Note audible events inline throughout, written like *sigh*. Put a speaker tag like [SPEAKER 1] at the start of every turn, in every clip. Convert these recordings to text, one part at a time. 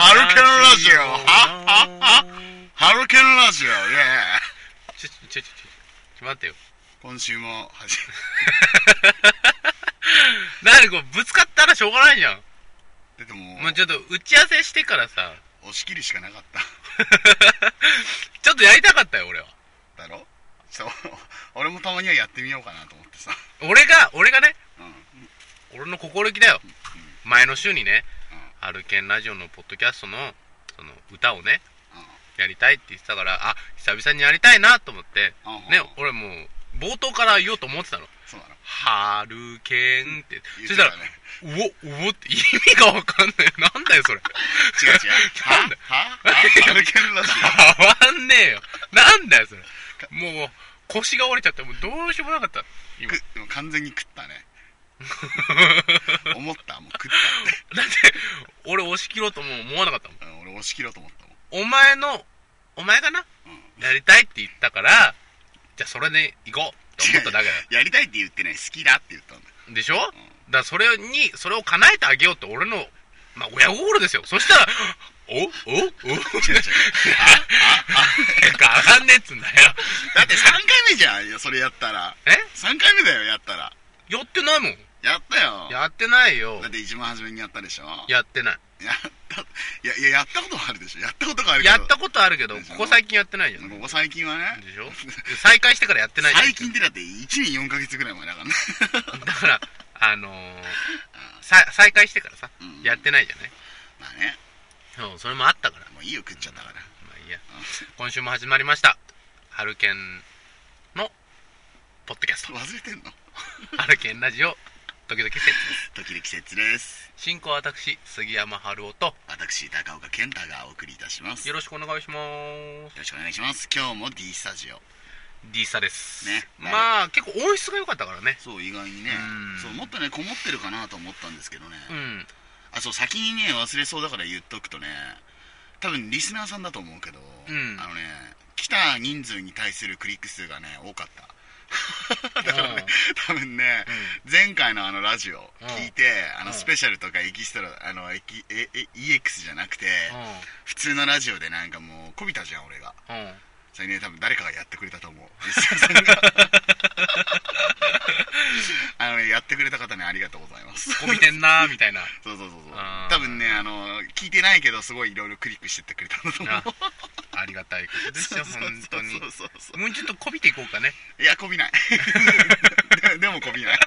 [SPEAKER 1] ジオはっはっはハロケンラジオイエー
[SPEAKER 2] ちょちょちょちょちょ待ってよ *laughs*
[SPEAKER 1] イ今週も始
[SPEAKER 2] なんでこうぶつかったらしょうがないじゃん
[SPEAKER 1] めでも
[SPEAKER 2] もうちょっと打ち合わせしてからさ *laughs*
[SPEAKER 1] 押し切りしかなかっ
[SPEAKER 2] ちょっとやりたかったよ俺は
[SPEAKER 1] ただろそう俺もたまにはやってみようかなと思ってさ
[SPEAKER 2] 俺が俺がね
[SPEAKER 1] うん
[SPEAKER 2] 俺の心意気だよ前の週にね
[SPEAKER 1] うん
[SPEAKER 2] 「ハルケンラジオ」のポッドキャストのその歌をねやりたいって言ってたからあ久々にやりたいなと思って
[SPEAKER 1] うんうん
[SPEAKER 2] ね俺もう冒頭から言おうと思ってたの
[SPEAKER 1] そうだろ
[SPEAKER 2] 「ハルケン」って
[SPEAKER 1] 言っ
[SPEAKER 2] そ
[SPEAKER 1] て
[SPEAKER 2] した
[SPEAKER 1] た
[SPEAKER 2] ら
[SPEAKER 1] ね
[SPEAKER 2] 「うおうお」って意味がわかんないなんだよそれ
[SPEAKER 1] 違う違
[SPEAKER 2] *laughs*
[SPEAKER 1] う
[SPEAKER 2] な
[SPEAKER 1] は
[SPEAKER 2] んだよ
[SPEAKER 1] はハロケンラジ
[SPEAKER 2] 変わんねえよなんだよそれもう腰が折れちゃってもうどうしようもなかった *laughs*
[SPEAKER 1] オ
[SPEAKER 2] 今
[SPEAKER 1] くでも完全に食ったね思ったもう食っ
[SPEAKER 2] だって俺押し切ろうとも思わなかったも
[SPEAKER 1] たって、うん俺押し切ろうと思ったも
[SPEAKER 2] ん
[SPEAKER 1] ん
[SPEAKER 2] お前のお前がなやりたいって言ったからじゃあそれで行こうと思っただけだよ
[SPEAKER 1] やりたいって言ってない好きだって言ったんだよ
[SPEAKER 2] でしょだからそれにそれを叶えてあげようって俺のまあ親心ですよそしたらおおお
[SPEAKER 1] 違う違う
[SPEAKER 2] 変わんねえっつんだよ
[SPEAKER 1] だって3回目じゃんいやそれやったら
[SPEAKER 2] え
[SPEAKER 1] 3回目だよやったら
[SPEAKER 2] やってないもん
[SPEAKER 1] やったよ
[SPEAKER 2] やってないよ
[SPEAKER 1] だって一番初めにやったでしょ
[SPEAKER 2] やってない
[SPEAKER 1] やったいやいややったこともあるでしょやったことがあるけど
[SPEAKER 2] やったことあるけどここ最近やってないじゃん
[SPEAKER 1] ここ最近はね
[SPEAKER 2] でしょ再開してからやってない
[SPEAKER 1] 最近ってだって1年4ヶ月ぐらい前だからね *laughs*
[SPEAKER 2] だからあのー、さ再開してからさ、
[SPEAKER 1] うん
[SPEAKER 2] やってないじゃない
[SPEAKER 1] まあね
[SPEAKER 2] そうそれもあったからま
[SPEAKER 1] もういいよ食っちゃったから
[SPEAKER 2] あいいや
[SPEAKER 1] う
[SPEAKER 2] 今週も始まりましたハルケンのポッドキャス
[SPEAKER 1] ん忘れてんの
[SPEAKER 2] トハルケンラジオ時々説です
[SPEAKER 1] 時々季節です
[SPEAKER 2] 進行は私杉山春夫と
[SPEAKER 1] 私高岡健太がお送りいたします
[SPEAKER 2] よ
[SPEAKER 1] よ
[SPEAKER 2] ろしくお願いします
[SPEAKER 1] ろしくお願いします今日も D スタジオ
[SPEAKER 2] D サです
[SPEAKER 1] ね
[SPEAKER 2] まあ結構音質が良かったからね
[SPEAKER 1] そう意外にね
[SPEAKER 2] うん
[SPEAKER 1] そうもっとねこもってるかなと思ったんですけどね
[SPEAKER 2] うん
[SPEAKER 1] あそう先にね忘れそうだから言っとくとね多分リスナーさんだと思うけど、
[SPEAKER 2] ん
[SPEAKER 1] あのね来た人数に対するクリック数がね多かっ
[SPEAKER 2] *laughs*
[SPEAKER 1] ただからね多分ね、前回のあのラジオ聞いて、あ
[SPEAKER 2] うん
[SPEAKER 1] のスペシャルとかエキストラあのエキええ EX じゃなくて、普通のラジオでなんかもうこびたじゃん俺が
[SPEAKER 2] うんうん
[SPEAKER 1] それね多分誰かがやってくれたと思う
[SPEAKER 2] *laughs*
[SPEAKER 1] リスナーさんが *laughs* あのねやってくれた方ねありがとうござ
[SPEAKER 2] *laughs*
[SPEAKER 1] います
[SPEAKER 2] こびてんなーみたい
[SPEAKER 1] *laughs*
[SPEAKER 2] な
[SPEAKER 1] そうそうそうそう
[SPEAKER 2] あー
[SPEAKER 1] 多分ねあの聞いてないけどすごいいろいろクリックしてってくれたんだと思う
[SPEAKER 2] あありがたいことですよ本当に
[SPEAKER 1] そうそうそう
[SPEAKER 2] もうちょっとこびていこうかね
[SPEAKER 1] いやこびない *laughs* ででもこびない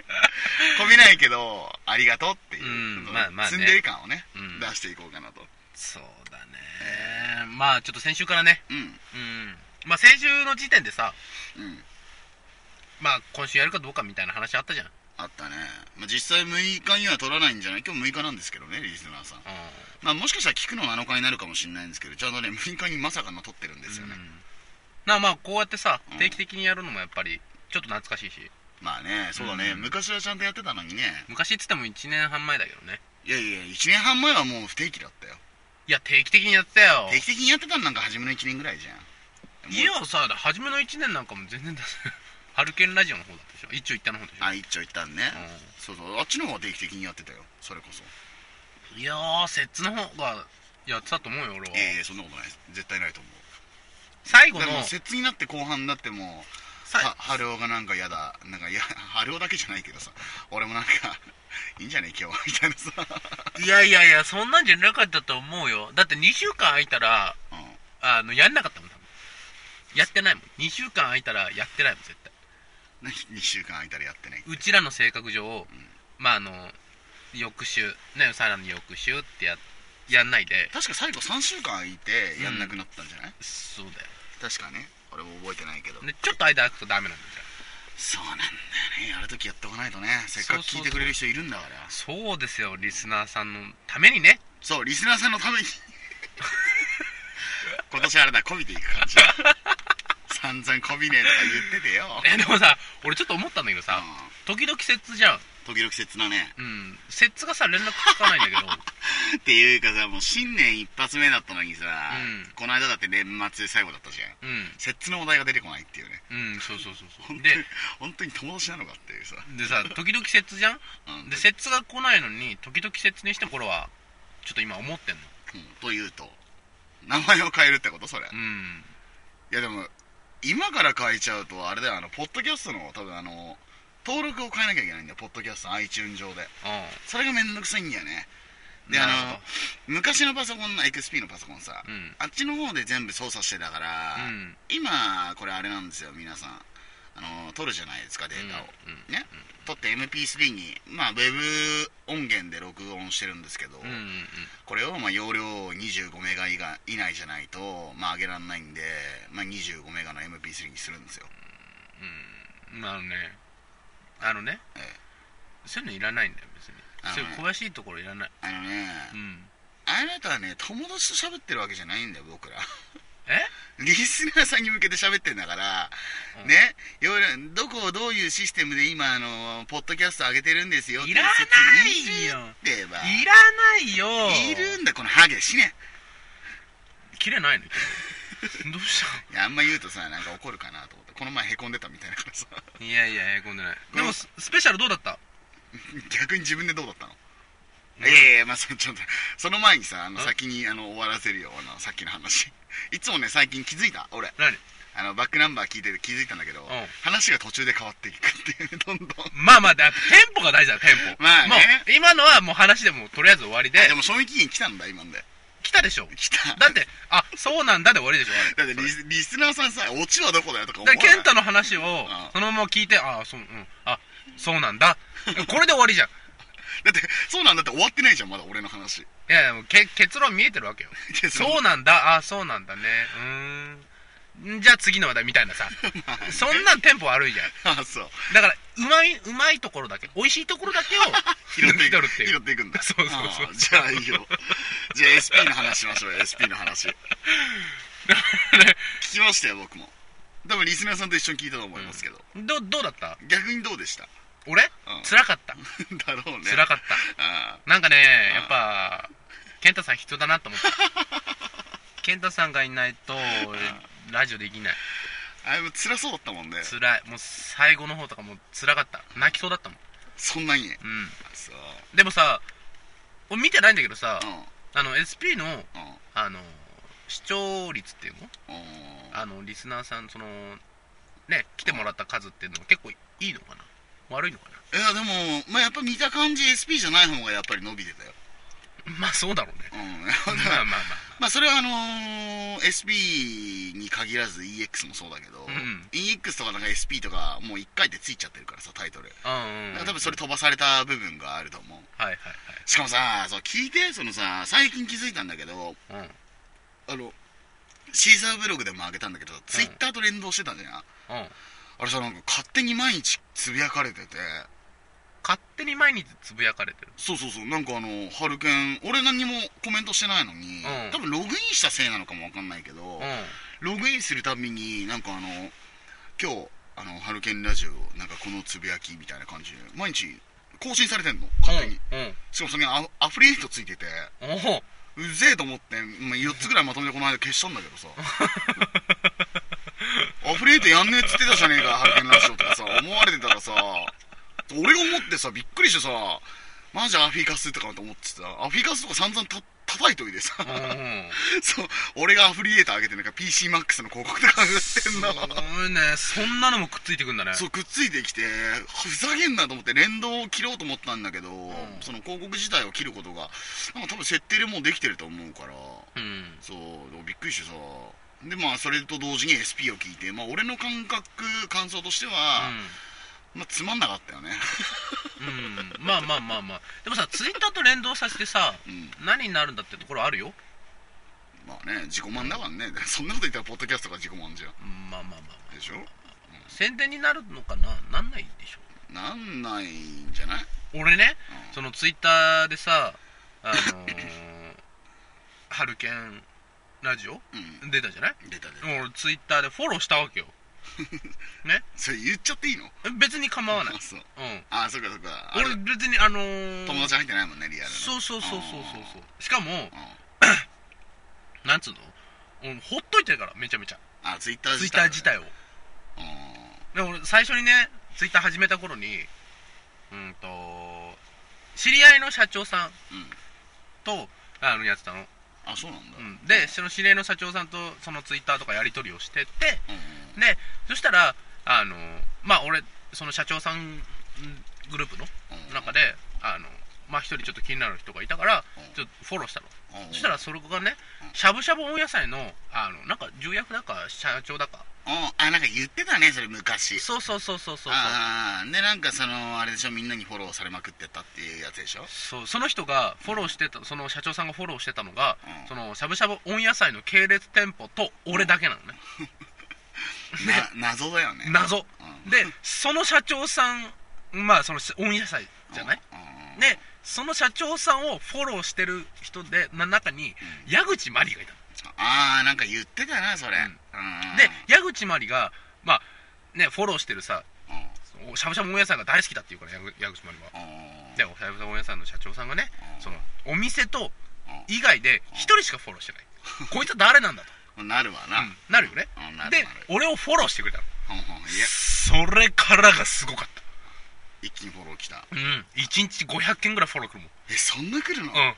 [SPEAKER 1] こびないけどありがとうっていう、
[SPEAKER 2] うん
[SPEAKER 1] その
[SPEAKER 2] まあまあね
[SPEAKER 1] ツンデレ感をね、
[SPEAKER 2] うん
[SPEAKER 1] 出していこうかなと
[SPEAKER 2] そうだね、まあちょっと先週からね
[SPEAKER 1] うん
[SPEAKER 2] うんまあ先週の時点でさ
[SPEAKER 1] うん
[SPEAKER 2] まあ今週やるかどうかみたいな話あったじゃん、うん、
[SPEAKER 1] あったね、まあ、実際6日には取らないんじゃない今日6日なんですけどねリスナーさん、まあ、もしかしたら聞くの7日になるかもしれないんですけどちゃんとね6日にまさかの取ってるんですよね、
[SPEAKER 2] なあまあこうやってさ
[SPEAKER 1] うん
[SPEAKER 2] 定期的にやるのもやっぱりちょっと懐かしいし
[SPEAKER 1] まあねそうだね、
[SPEAKER 2] うん
[SPEAKER 1] 昔はちゃんとやってたのにね
[SPEAKER 2] 昔っつっても1年半前だけどね
[SPEAKER 1] いやいや1年半前はもう不定期だったよ
[SPEAKER 2] いや定期的にやってたよ
[SPEAKER 1] 定期的にやってたのなんか初めの1年ぐらいじゃん
[SPEAKER 2] 家
[SPEAKER 1] もう
[SPEAKER 2] はさ初めの1年なんかも全然出せない *laughs* ハルケンラジオの方だったでしょ一丁行ったの方でしょ、
[SPEAKER 1] あ一丁行ったんね、そうそうあっちの方が定期的にやってたよそれこそ
[SPEAKER 2] うん、いやー摂津の方がやってたと思うよ俺は、
[SPEAKER 1] ええそんなことない絶対ないと思う
[SPEAKER 2] 最後
[SPEAKER 1] だ
[SPEAKER 2] の
[SPEAKER 1] からもう節になって後半になってもう
[SPEAKER 2] さ
[SPEAKER 1] は春男がなんか嫌 *laughs* だなんかいや春男だけじゃないけどさ俺もなんか *laughs* いいんじゃねえ今日はみたいなさ、
[SPEAKER 2] いやいやいや、そんなんじゃなかったと思うよ。だって2週間空いたら、
[SPEAKER 1] うん、
[SPEAKER 2] あの、やんなかったもん、多分やってないもん。2週間空いたらやってないもん、絶対。
[SPEAKER 1] 何2週間空いたらやってないう
[SPEAKER 2] ちらの性格上、まあ、あの、翌週、ね、さらに翌週ってや、やんないで、
[SPEAKER 1] 確か最後3週間空いてやんなくなったんじゃない、
[SPEAKER 2] そうだよ。
[SPEAKER 1] 確かね俺も覚えてないけど
[SPEAKER 2] で、ちょっと間空くとダメなんだよ。
[SPEAKER 1] そうなんだよねやるときやっとかないとねせっかく聞いてくれる人いるんだから
[SPEAKER 2] そうですよ、リスナーさんのためにね。 *laughs*
[SPEAKER 1] そう、リスナーさんのために *laughs* 今年あれだ、こびていく感じだ散々こびねえとか言っててよ
[SPEAKER 2] え、でもさ、俺ちょっと思ったんだけどさ、
[SPEAKER 1] う
[SPEAKER 2] 時々摂津じゃん。
[SPEAKER 1] ん時々切なね
[SPEAKER 2] うん。摂津がさ、連絡つかないんだけど、
[SPEAKER 1] っていうかさもう新年一発目だったのにさ、
[SPEAKER 2] うん
[SPEAKER 1] この間だって年末最後だったじゃん
[SPEAKER 2] うん。
[SPEAKER 1] 切のお題が出てこないっていうね
[SPEAKER 2] うん、そうそうそうそう。
[SPEAKER 1] で
[SPEAKER 2] で、
[SPEAKER 1] 本当に友達なのかっていうさ、
[SPEAKER 2] でさ時々節じゃん
[SPEAKER 1] うん
[SPEAKER 2] で節が来ないのに時々節にしてる頃はちょっと今思ってんの
[SPEAKER 1] うんというと名前を変えるってことそれ。
[SPEAKER 2] うん
[SPEAKER 1] いやでも、今から変えちゃうと、あれだよ、あの、ポッドキャストの、多分あの、登録を変えなきゃいけないんだよ、ポッドキャストの iTunes 上で。
[SPEAKER 2] あ
[SPEAKER 1] それがめんどくさいんだよね。で、あ
[SPEAKER 2] な
[SPEAKER 1] の
[SPEAKER 2] るほど、
[SPEAKER 1] 昔のパソコンの XP のパソコンさ、
[SPEAKER 2] うん
[SPEAKER 1] あっちの方で全部操作してたから、
[SPEAKER 2] うん
[SPEAKER 1] 今、これあれなんですよ、皆さん。あの、取るじゃないですか、データを。
[SPEAKER 2] うんうん
[SPEAKER 1] ね。取って MP3 に、まあ、ウェブ音源で録音してるんですけど、
[SPEAKER 2] うんうんうん
[SPEAKER 1] これをまあ容量25メガ以外以内じゃないと、まあ、上げられないんで、まあ、25メガの MP3 にするんですよ
[SPEAKER 2] うんあのねあのね、
[SPEAKER 1] ええ
[SPEAKER 2] そういうのいらないんだよ別に
[SPEAKER 1] あのね
[SPEAKER 2] そういう詳しいところいらない
[SPEAKER 1] あのね、
[SPEAKER 2] うん
[SPEAKER 1] あなたはね友達と喋ってるわけじゃないんだよ僕ら
[SPEAKER 2] え
[SPEAKER 1] リスナーさんに向けて喋ってんだから、
[SPEAKER 2] うん
[SPEAKER 1] ね要はどこをどういうシステムで今あのポッドキャスト上げてるんですよって
[SPEAKER 2] いらないよ
[SPEAKER 1] 説明してば
[SPEAKER 2] いらないよ
[SPEAKER 1] いるんだこのハゲしね
[SPEAKER 2] 切れないの今 *laughs* どうし
[SPEAKER 1] いやあんま言うとさなんか怒るかなと思ってこの前へこんでたみたいだからさ
[SPEAKER 2] たいやいやへこんでない
[SPEAKER 1] これ
[SPEAKER 2] でもススペシャルどうだった
[SPEAKER 1] 逆に自分でどうだったの
[SPEAKER 2] うん
[SPEAKER 1] いやいやいや、まあ、そちょっとその前にさあの
[SPEAKER 2] うん
[SPEAKER 1] 先にあの終わらせるよあのさっきの話いつもね最近気づいた俺
[SPEAKER 2] 何
[SPEAKER 1] あのバックナンバー聞いてて気づいたんだけど、話が途中で変わっていくっていうねどんどん
[SPEAKER 2] まあまあだテンポが大事だテンポ
[SPEAKER 1] まあね
[SPEAKER 2] もう今のはもう話でもうとりあえず終わりで
[SPEAKER 1] あでも賞味期限来たんだ今んで
[SPEAKER 2] 来たでしょ
[SPEAKER 1] 来た
[SPEAKER 2] だってあそうなんだで終わりでしょ
[SPEAKER 1] だってリスリスナーさんさオチはどこだよとか思
[SPEAKER 2] だ
[SPEAKER 1] う
[SPEAKER 2] から健太の話をそのまま聞いてああそううんあそうなんだ *laughs* これで終わりじゃん
[SPEAKER 1] だってそうなんだって終わってないじゃんまだ俺の話
[SPEAKER 2] いやいやもうけ結論見えてるわ *laughs* けよそうなんだあそうなんだねうーんじゃあ次の話題みたい *laughs* なさそんなんテンポ悪いじゃん
[SPEAKER 1] あ *laughs* そう
[SPEAKER 2] だからうまいうまいところだけ美味しいところだけを
[SPEAKER 1] *laughs* 拾って
[SPEAKER 2] 取
[SPEAKER 1] いく
[SPEAKER 2] るってい
[SPEAKER 1] 拾
[SPEAKER 2] う
[SPEAKER 1] っていくんだ
[SPEAKER 2] そうそうそう
[SPEAKER 1] あーじゃあいいよじゃあ SP の話しましょうよ SP の
[SPEAKER 2] *laughs*
[SPEAKER 1] 話聞きましたよ僕も多分リスナーさんと一緒に聞いたと思いますけど、
[SPEAKER 2] どどうだった
[SPEAKER 1] 逆にどうでした *laughs*
[SPEAKER 2] 俺
[SPEAKER 1] うん
[SPEAKER 2] 辛かった
[SPEAKER 1] だろうね
[SPEAKER 2] 辛かった
[SPEAKER 1] あ
[SPEAKER 2] なんかね
[SPEAKER 1] うん、
[SPEAKER 2] やっぱ、健太さん必要だなと
[SPEAKER 1] *laughs*
[SPEAKER 2] 思った。健太さんがいないと、ラジオできない。
[SPEAKER 1] ーあれも辛そうだったもんね
[SPEAKER 2] 辛い。もう最後の方とかもう辛かった。泣きそうだったもん。
[SPEAKER 1] そんなに
[SPEAKER 2] うん。
[SPEAKER 1] そう
[SPEAKER 2] でもさ、俺見てないんだけどさ、
[SPEAKER 1] うん
[SPEAKER 2] あの、SP の、
[SPEAKER 1] うん
[SPEAKER 2] あの、視聴率っていうの
[SPEAKER 1] うん
[SPEAKER 2] あの、リスナーさん、その、ね、来てもらった数っていうのは結構いいのかな悪いのかない
[SPEAKER 1] やでも、まあ、やっぱ見た感じ SP じゃない方がやっぱり伸びてたよ
[SPEAKER 2] まあそうだろうね。
[SPEAKER 1] うん
[SPEAKER 2] まあ
[SPEAKER 1] *laughs* だか
[SPEAKER 2] まあ
[SPEAKER 1] ら
[SPEAKER 2] まあ。
[SPEAKER 1] まあそれはあのー SP に限らず EX もそうだけど、
[SPEAKER 2] うん
[SPEAKER 1] EX とかなんか SP とかもう1回でついちゃってるからさタイトル
[SPEAKER 2] うんうん、
[SPEAKER 1] だから多分それ飛ばされた部分があると思う
[SPEAKER 2] はいはい
[SPEAKER 1] しかもさそう聞いてそのさ最近気づいたんだけど
[SPEAKER 2] はい。
[SPEAKER 1] あのシーザーブログでも上げたんだけど、ツイッターと連動してたじゃん
[SPEAKER 2] うん。うん。
[SPEAKER 1] あれさなんか勝手に毎日つぶやかれてて
[SPEAKER 2] 勝手に毎日つぶやかれてる。
[SPEAKER 1] そうそうそうなんかあのハルケン俺何もコメントしてないのに、
[SPEAKER 2] うん
[SPEAKER 1] 多分ログインしたせいなのかもわかんないけど、
[SPEAKER 2] うん。
[SPEAKER 1] ログインするたびになんかあの今日あのハルケンラジオなんかこのつぶやきみたいな感じで毎日更新されてんの勝手に、
[SPEAKER 2] うんうん
[SPEAKER 1] しかもそれにアアフリエイトついてて
[SPEAKER 2] おお
[SPEAKER 1] うぜえと思って、まあ、4つぐらいまとめてこの間消したんだけどさアフリエイトやんねえっつってたじゃねえかハルケンラジオとかさ思われてたらさ俺が思ってさびっくりしてさマジアフィカスとかと思ってさアフィカスとか散々た叩いといてさ、
[SPEAKER 2] うん
[SPEAKER 1] *laughs* そう俺がアフリエイト上げてなんか PCMAX の広告とか上がってんの
[SPEAKER 2] すごいねそんなのもくっついてくんだね
[SPEAKER 1] そうくっついてきてふざけんなと思って連動を切ろうと思ったんだけど、その広告自体を切ることがなんか多分設定でもうできてると思うから
[SPEAKER 2] うん
[SPEAKER 1] そうでもびっくりしてさでまあそれと同時に SP を聞いてまあ俺の感覚感想としては、まあつまんなかったよね *laughs*
[SPEAKER 2] うん、うん、まあまあまあまあでもさツイッターと連動させてさ
[SPEAKER 1] うん
[SPEAKER 2] 何になるんだってところあるよ
[SPEAKER 1] まあね自己満だからね、 *laughs* そんなこと言ったらポッドキャストが自己満じゃん
[SPEAKER 2] うんまあまあまあま
[SPEAKER 1] でしょ
[SPEAKER 2] あ宣伝になるのかななんないでしょ
[SPEAKER 1] なんないんじゃない、
[SPEAKER 2] 俺ね
[SPEAKER 1] うん
[SPEAKER 2] そのツイッターでさあのー、ハルケンラジオ
[SPEAKER 1] うん
[SPEAKER 2] 出たじゃない
[SPEAKER 1] 出た出た
[SPEAKER 2] 俺ツイッターでフォローしたわけよ
[SPEAKER 1] それ言っちゃっていいの
[SPEAKER 2] 別に構わない
[SPEAKER 1] あ *laughs* そう
[SPEAKER 2] うん
[SPEAKER 1] あそっかそっかあれ
[SPEAKER 2] 俺別にあのー、
[SPEAKER 1] 友達入ってないもんねリアルの
[SPEAKER 2] そうそうそうそうそう
[SPEAKER 1] う
[SPEAKER 2] そ
[SPEAKER 1] ん
[SPEAKER 2] うしかもなんつうの俺ほっといてるからめちゃめちゃ
[SPEAKER 1] あツイッター
[SPEAKER 2] ツイッター自体を
[SPEAKER 1] うん
[SPEAKER 2] で俺最初にねツイッター始めた頃にうんと知り合いの社長さん
[SPEAKER 1] うん
[SPEAKER 2] とあのやってたの
[SPEAKER 1] あそうなんだ、
[SPEAKER 2] うん、でその知り合いの社長さんとそのツイッターとかやり取りをしてて
[SPEAKER 1] うん
[SPEAKER 2] でそしたらあのまあ俺その社長さんグループの
[SPEAKER 1] うんうん
[SPEAKER 2] 中であのまあ一人ちょっと気になる人がいたから
[SPEAKER 1] うん
[SPEAKER 2] ちょっとフォローしたの
[SPEAKER 1] うん
[SPEAKER 2] そしたらそれがねしゃぶしゃぶ温野菜のあのなんか重役だか社長だか
[SPEAKER 1] うんあなんか言ってたねそれ昔
[SPEAKER 2] そうそうそうそうそう
[SPEAKER 1] ああでなんかそのあれでしょみんなにフォローされまくってたっていうやつでしょ
[SPEAKER 2] そうその人がフォローしてたその社長さんがフォローしてたのが、
[SPEAKER 1] うん
[SPEAKER 2] そのしゃぶしゃぶ温野菜の系列店舗と俺だけなのね、
[SPEAKER 1] な謎だよね
[SPEAKER 2] 謎
[SPEAKER 1] うん
[SPEAKER 2] でその社長さんまあその温野菜じゃない、
[SPEAKER 1] うん
[SPEAKER 2] でその社長さんをフォローしてる人でな中に矢口真理がいた
[SPEAKER 1] ああなんか言ってたなそれ、
[SPEAKER 2] うん
[SPEAKER 1] うん
[SPEAKER 2] ので矢口真理がまあねフォローしてるさ
[SPEAKER 1] うん
[SPEAKER 2] おしゃぶしゃぶ温野菜が大好きだって言うから矢口矢口真理は
[SPEAKER 1] うん
[SPEAKER 2] でおしゃぶしゃぶ温野菜の社長さんがねそのお店と
[SPEAKER 1] う
[SPEAKER 2] 以外で一人しかフォローしてないこいつは誰なんだと、
[SPEAKER 1] んなるわな、
[SPEAKER 2] うんなるよね
[SPEAKER 1] うんなるなる
[SPEAKER 2] で俺をフォローしてくれたの
[SPEAKER 1] うんうんいや
[SPEAKER 2] それからがすごかった
[SPEAKER 1] 一気にフォロー来た
[SPEAKER 2] うん1日500件ぐらいフォロー来るもん
[SPEAKER 1] えそんな来るの、
[SPEAKER 2] うん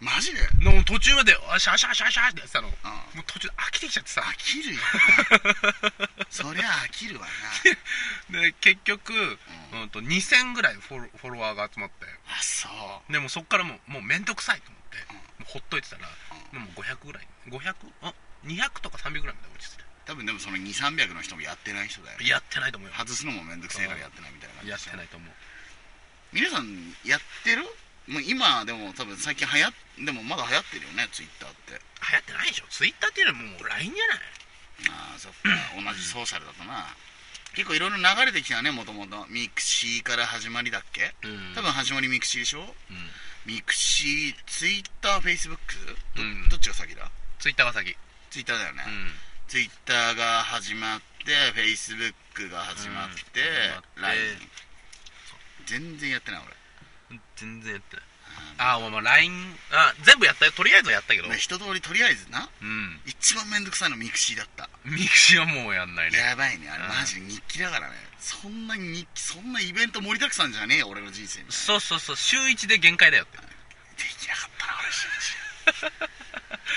[SPEAKER 1] マジで
[SPEAKER 2] でも途中まであシャーシャーシャーシャーってやってたのも
[SPEAKER 1] うん
[SPEAKER 2] う途中で飽きてきちゃってさ
[SPEAKER 1] 飽きるよ
[SPEAKER 2] *laughs*
[SPEAKER 1] なそりゃ飽きるわな
[SPEAKER 2] で結局、うん、と2000ぐらいフォロフォロワーが集まって
[SPEAKER 1] あそう
[SPEAKER 2] でもうそっからもうもう面倒くさいと思って、もうほっといてたら、もう500ぐらい500あ200とか300ぐらいまで落ち着い
[SPEAKER 1] 多分でもその2300の人もやってない人だよ
[SPEAKER 2] たやってないと思うよ
[SPEAKER 1] 外すのもめんどくせえからやってないみたいな感じ
[SPEAKER 2] やってないと思う
[SPEAKER 1] 皆さんやってるもう今でも多分最近流行でもまだ流行ってるよねツイッターって
[SPEAKER 2] 流行ってないでしょツイッターっていうのはもう LINE じゃない
[SPEAKER 1] ああそっか同じソーシャルだとな結構いろいろ流れてきたよねもともとミクシーから始まりだっけ
[SPEAKER 2] うん
[SPEAKER 1] 多分始まりミクシーでし
[SPEAKER 2] うん
[SPEAKER 1] ょミクシーツイッターフェイスブックど,、
[SPEAKER 2] うん
[SPEAKER 1] どっちが先だ
[SPEAKER 2] ツイッターが先
[SPEAKER 1] ツイッターだよね、
[SPEAKER 2] うん
[SPEAKER 1] ツイッターが始まってフェイスブックが始まって
[SPEAKER 2] うん
[SPEAKER 1] LINE、
[SPEAKER 2] そう
[SPEAKER 1] 全然やってない俺
[SPEAKER 2] 全然やってないああもう LINE あ全部やったよとりあえずはやったけど
[SPEAKER 1] まあ一通りとりあえずな
[SPEAKER 2] うん
[SPEAKER 1] 一番めんどくさいのミクシーだった
[SPEAKER 2] ミクシィはもうやんないね
[SPEAKER 1] やばいねあ
[SPEAKER 2] うん
[SPEAKER 1] れマジで日記だからねそんな日記そんなイベント盛りだくさんじゃねえよ俺の人生にで
[SPEAKER 2] そうそうそう週1で限界だよって
[SPEAKER 1] きなかったな俺週1
[SPEAKER 2] *laughs*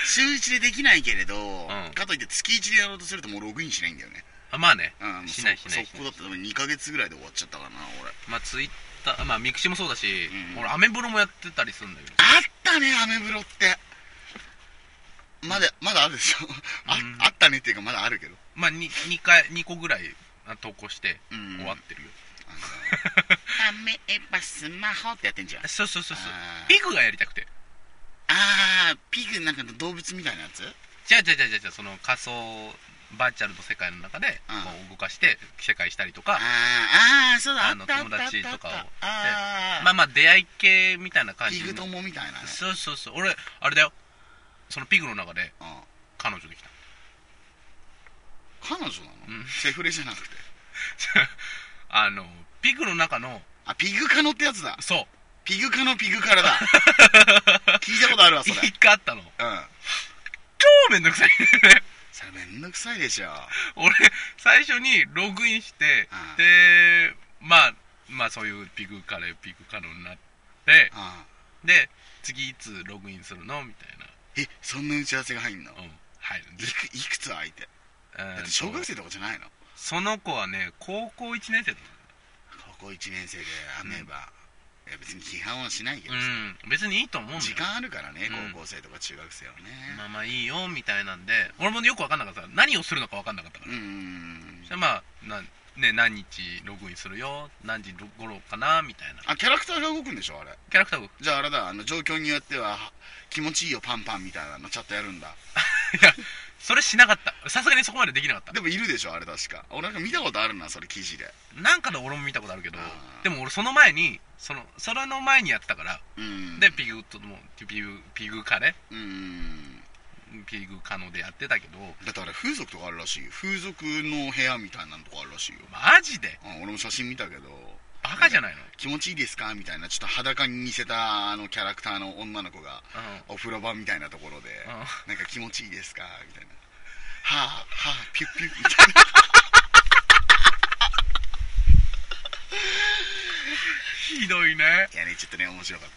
[SPEAKER 1] 週1でできないけれど、
[SPEAKER 2] ん
[SPEAKER 1] かといって月1でやろうとするともうログインしないんだよね
[SPEAKER 2] あまあね
[SPEAKER 1] うんもう
[SPEAKER 2] しないしないしない
[SPEAKER 1] 速攻だったら多分2ヶ月ぐらいで終わっちゃったからな俺
[SPEAKER 2] まあツイッターまあミクシィもそうだし、
[SPEAKER 1] うん
[SPEAKER 2] 俺アメブロもやってたりするんだけど
[SPEAKER 1] あったねアメブロってまだまだあるでしょあ,、
[SPEAKER 2] うん
[SPEAKER 1] あったねっていうかまだあるけど
[SPEAKER 2] まあ 2, 二回二個ぐらいあ投稿して
[SPEAKER 1] うん
[SPEAKER 2] 終わってるよ、
[SPEAKER 1] アメエバスマホってやってんじゃん
[SPEAKER 2] そうそうそうそう
[SPEAKER 1] あー
[SPEAKER 2] ピグがやりたくて
[SPEAKER 1] あーピグなんかの動物みたいなやつ
[SPEAKER 2] じゃあじゃあじゃあじゃあじゃあその仮想バーチャルの世界の中で
[SPEAKER 1] うん
[SPEAKER 2] こう動かして世界したりとか、
[SPEAKER 1] あーあーそうだあ
[SPEAKER 2] あ
[SPEAKER 1] っ
[SPEAKER 2] の
[SPEAKER 1] たあったあ
[SPEAKER 2] 友
[SPEAKER 1] った
[SPEAKER 2] 達とかを
[SPEAKER 1] あったあー
[SPEAKER 2] まあまあ出会い系みたいな感じ
[SPEAKER 1] ピ
[SPEAKER 2] の
[SPEAKER 1] グ友みたいなね
[SPEAKER 2] そうそうそう俺あれだよそのピグの中で
[SPEAKER 1] うん
[SPEAKER 2] 彼女できた *laughs*
[SPEAKER 1] 彼女なの
[SPEAKER 2] うん
[SPEAKER 1] セフレじゃなくて
[SPEAKER 2] あのピグの中の
[SPEAKER 1] あピグカノってやつだ
[SPEAKER 2] そう
[SPEAKER 1] ピグカノピグカ
[SPEAKER 2] *laughs*
[SPEAKER 1] ラだ聞いたことあるわそれうん
[SPEAKER 2] 一回あったの超めんどくさい
[SPEAKER 1] それめんどくさいでしょ
[SPEAKER 2] 俺最初にログインして
[SPEAKER 1] うん
[SPEAKER 2] でまあまあそういうピグカレーピグカノになって
[SPEAKER 1] あ
[SPEAKER 2] で次いつログインするのみたい
[SPEAKER 1] えそんな打ち合わせが入んの
[SPEAKER 2] なうん入るん
[SPEAKER 1] いく *laughs* いくつ相手だっ
[SPEAKER 2] で
[SPEAKER 1] て小学生とかじゃないの
[SPEAKER 2] その子はね高校1年生だ
[SPEAKER 1] 高校1年生でアメーバ、いや別に批判はしないけどさ、
[SPEAKER 2] うん別にいいと思うんだよ
[SPEAKER 1] 時間あるからね
[SPEAKER 2] うん
[SPEAKER 1] 高校生とか中学生はね、
[SPEAKER 2] まあまあいいよみたいなんで俺もよく分かんなかった何をするのか分かんなかったから
[SPEAKER 1] うーん
[SPEAKER 2] じゃあまあなん、ね、何日ログインするよ何時頃かなみたいな
[SPEAKER 1] あキャラクターが動くんでしょあれ
[SPEAKER 2] キャラクターが
[SPEAKER 1] じゃああれだあの状況によっては気持ちいいよパンパンみたいなのちゃんとやるんだ
[SPEAKER 2] いやそれしなかったさすがにそこまでできなかった
[SPEAKER 1] でもいるでしょあれ確か俺なんか見たことあるなそれ記事で
[SPEAKER 2] なんかで俺も見たことあるけど
[SPEAKER 1] あー
[SPEAKER 2] でも俺その前にそのそれの前にやってたから、
[SPEAKER 1] うん
[SPEAKER 2] でピグともピグピグカレ
[SPEAKER 1] うーん
[SPEAKER 2] ピグカノでやってたけど
[SPEAKER 1] だってあれ風俗とかあるらしいよ風俗の部屋みたいなのとかあるらしいよ、
[SPEAKER 2] マジで
[SPEAKER 1] うん俺も写真見たけど
[SPEAKER 2] バカじゃないの、
[SPEAKER 1] 気持ちいいですかみたいなちょっと裸に似せたあのキャラクターの女の子がお風呂場みたいなところで、
[SPEAKER 2] うん *laughs* うん
[SPEAKER 1] なんか気持ちいいですかみたいなはあはあピュッピュ *laughs* ッみたいな
[SPEAKER 2] ひどいね
[SPEAKER 1] いやねちょっとね面白かっ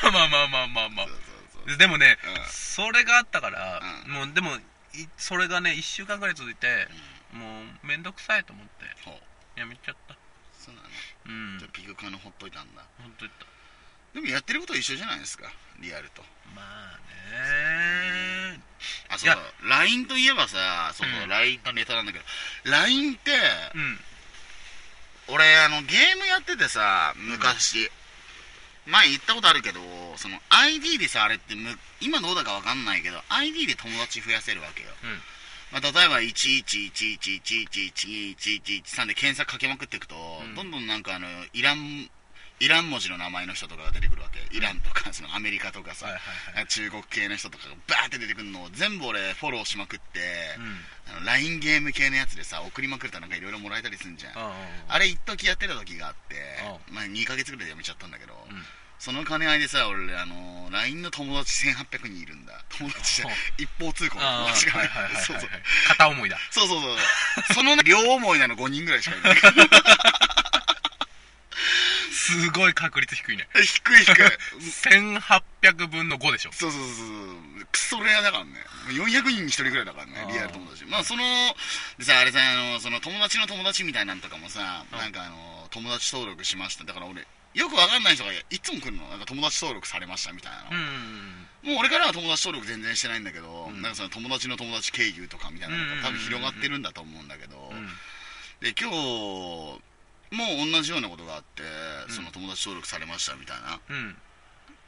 [SPEAKER 1] た
[SPEAKER 2] まあまあまあまあまあまあ
[SPEAKER 1] そうそうそう
[SPEAKER 2] でもね、
[SPEAKER 1] うん
[SPEAKER 2] それがあったから、
[SPEAKER 1] う
[SPEAKER 2] もうでもいそれがね1週間ぐらい続いて、もうめんどくさいと思って
[SPEAKER 1] ほう
[SPEAKER 2] やめちゃった
[SPEAKER 1] そうなの
[SPEAKER 2] うん
[SPEAKER 1] じゃあピグカのほっといたんだ
[SPEAKER 2] 本当言った
[SPEAKER 1] でもやってることは一緒じゃないですかリアルと
[SPEAKER 2] まあね
[SPEAKER 1] あ
[SPEAKER 2] い
[SPEAKER 1] そう
[SPEAKER 2] や
[SPEAKER 1] LINE といえばさそ
[SPEAKER 2] うん
[SPEAKER 1] の LINE のネタなんだけど、LINE って
[SPEAKER 2] うん
[SPEAKER 1] 俺あのゲームやっててさ昔、前言ったことあるけどその ID でさあれってむ今どうだかわかんないけど ID で友達増やせるわけよ、
[SPEAKER 2] うん
[SPEAKER 1] まあ、例えば111111111113で検索かけまくっていくと、
[SPEAKER 2] うん
[SPEAKER 1] どんどんなんかあのイランイラン文字の名前の人とかが出てくるわけイランとかそのアメリカとかさ、
[SPEAKER 2] はいはいはい
[SPEAKER 1] 中国系の人とかがバーって出てくるのを全部俺フォローしまくって、
[SPEAKER 2] うん
[SPEAKER 1] あの LINE ゲーム系のやつでさ送りまくるとなんかいろいろもらえたりすんじゃん
[SPEAKER 2] あ
[SPEAKER 1] あれ一時やってた時があって、まあ、2ヶ月ぐらいでやめちゃったんだけど、
[SPEAKER 2] うん
[SPEAKER 1] その兼ね合いでさ俺あの LINE の友達1800人いるんだ友達
[SPEAKER 2] あ
[SPEAKER 1] じゃ一方通行の
[SPEAKER 2] あは
[SPEAKER 1] 友
[SPEAKER 2] い
[SPEAKER 1] 達
[SPEAKER 2] は
[SPEAKER 1] がね
[SPEAKER 2] いはいはい
[SPEAKER 1] そうそう
[SPEAKER 2] 片思いだ
[SPEAKER 1] そうそうそうその両思いなの5人ぐらいしかいない
[SPEAKER 2] すごい確率低いね
[SPEAKER 1] 低い低い
[SPEAKER 2] 1800分の5でしょ
[SPEAKER 1] そうそうそうそうクソレアだからね400人に1人ぐらいだからね
[SPEAKER 2] あー
[SPEAKER 1] リアル友達まあそのでさあれさあのその友達の友達みたいなんとかもさ
[SPEAKER 2] うん
[SPEAKER 1] なんかあの友達登録しましただから俺よくわかんない人がいつも来るのなんか友達登録されましたみたいなの、
[SPEAKER 2] うん
[SPEAKER 1] もう俺からは友達登録全然してないんだけど、
[SPEAKER 2] ん
[SPEAKER 1] なんかその友達の友達経由とかみたいなのが多分広がってるんだと思うんだけど、
[SPEAKER 2] うん
[SPEAKER 1] で今日もう同じようなことがあって、
[SPEAKER 2] うん
[SPEAKER 1] その友達登録されましたみたいな
[SPEAKER 2] うん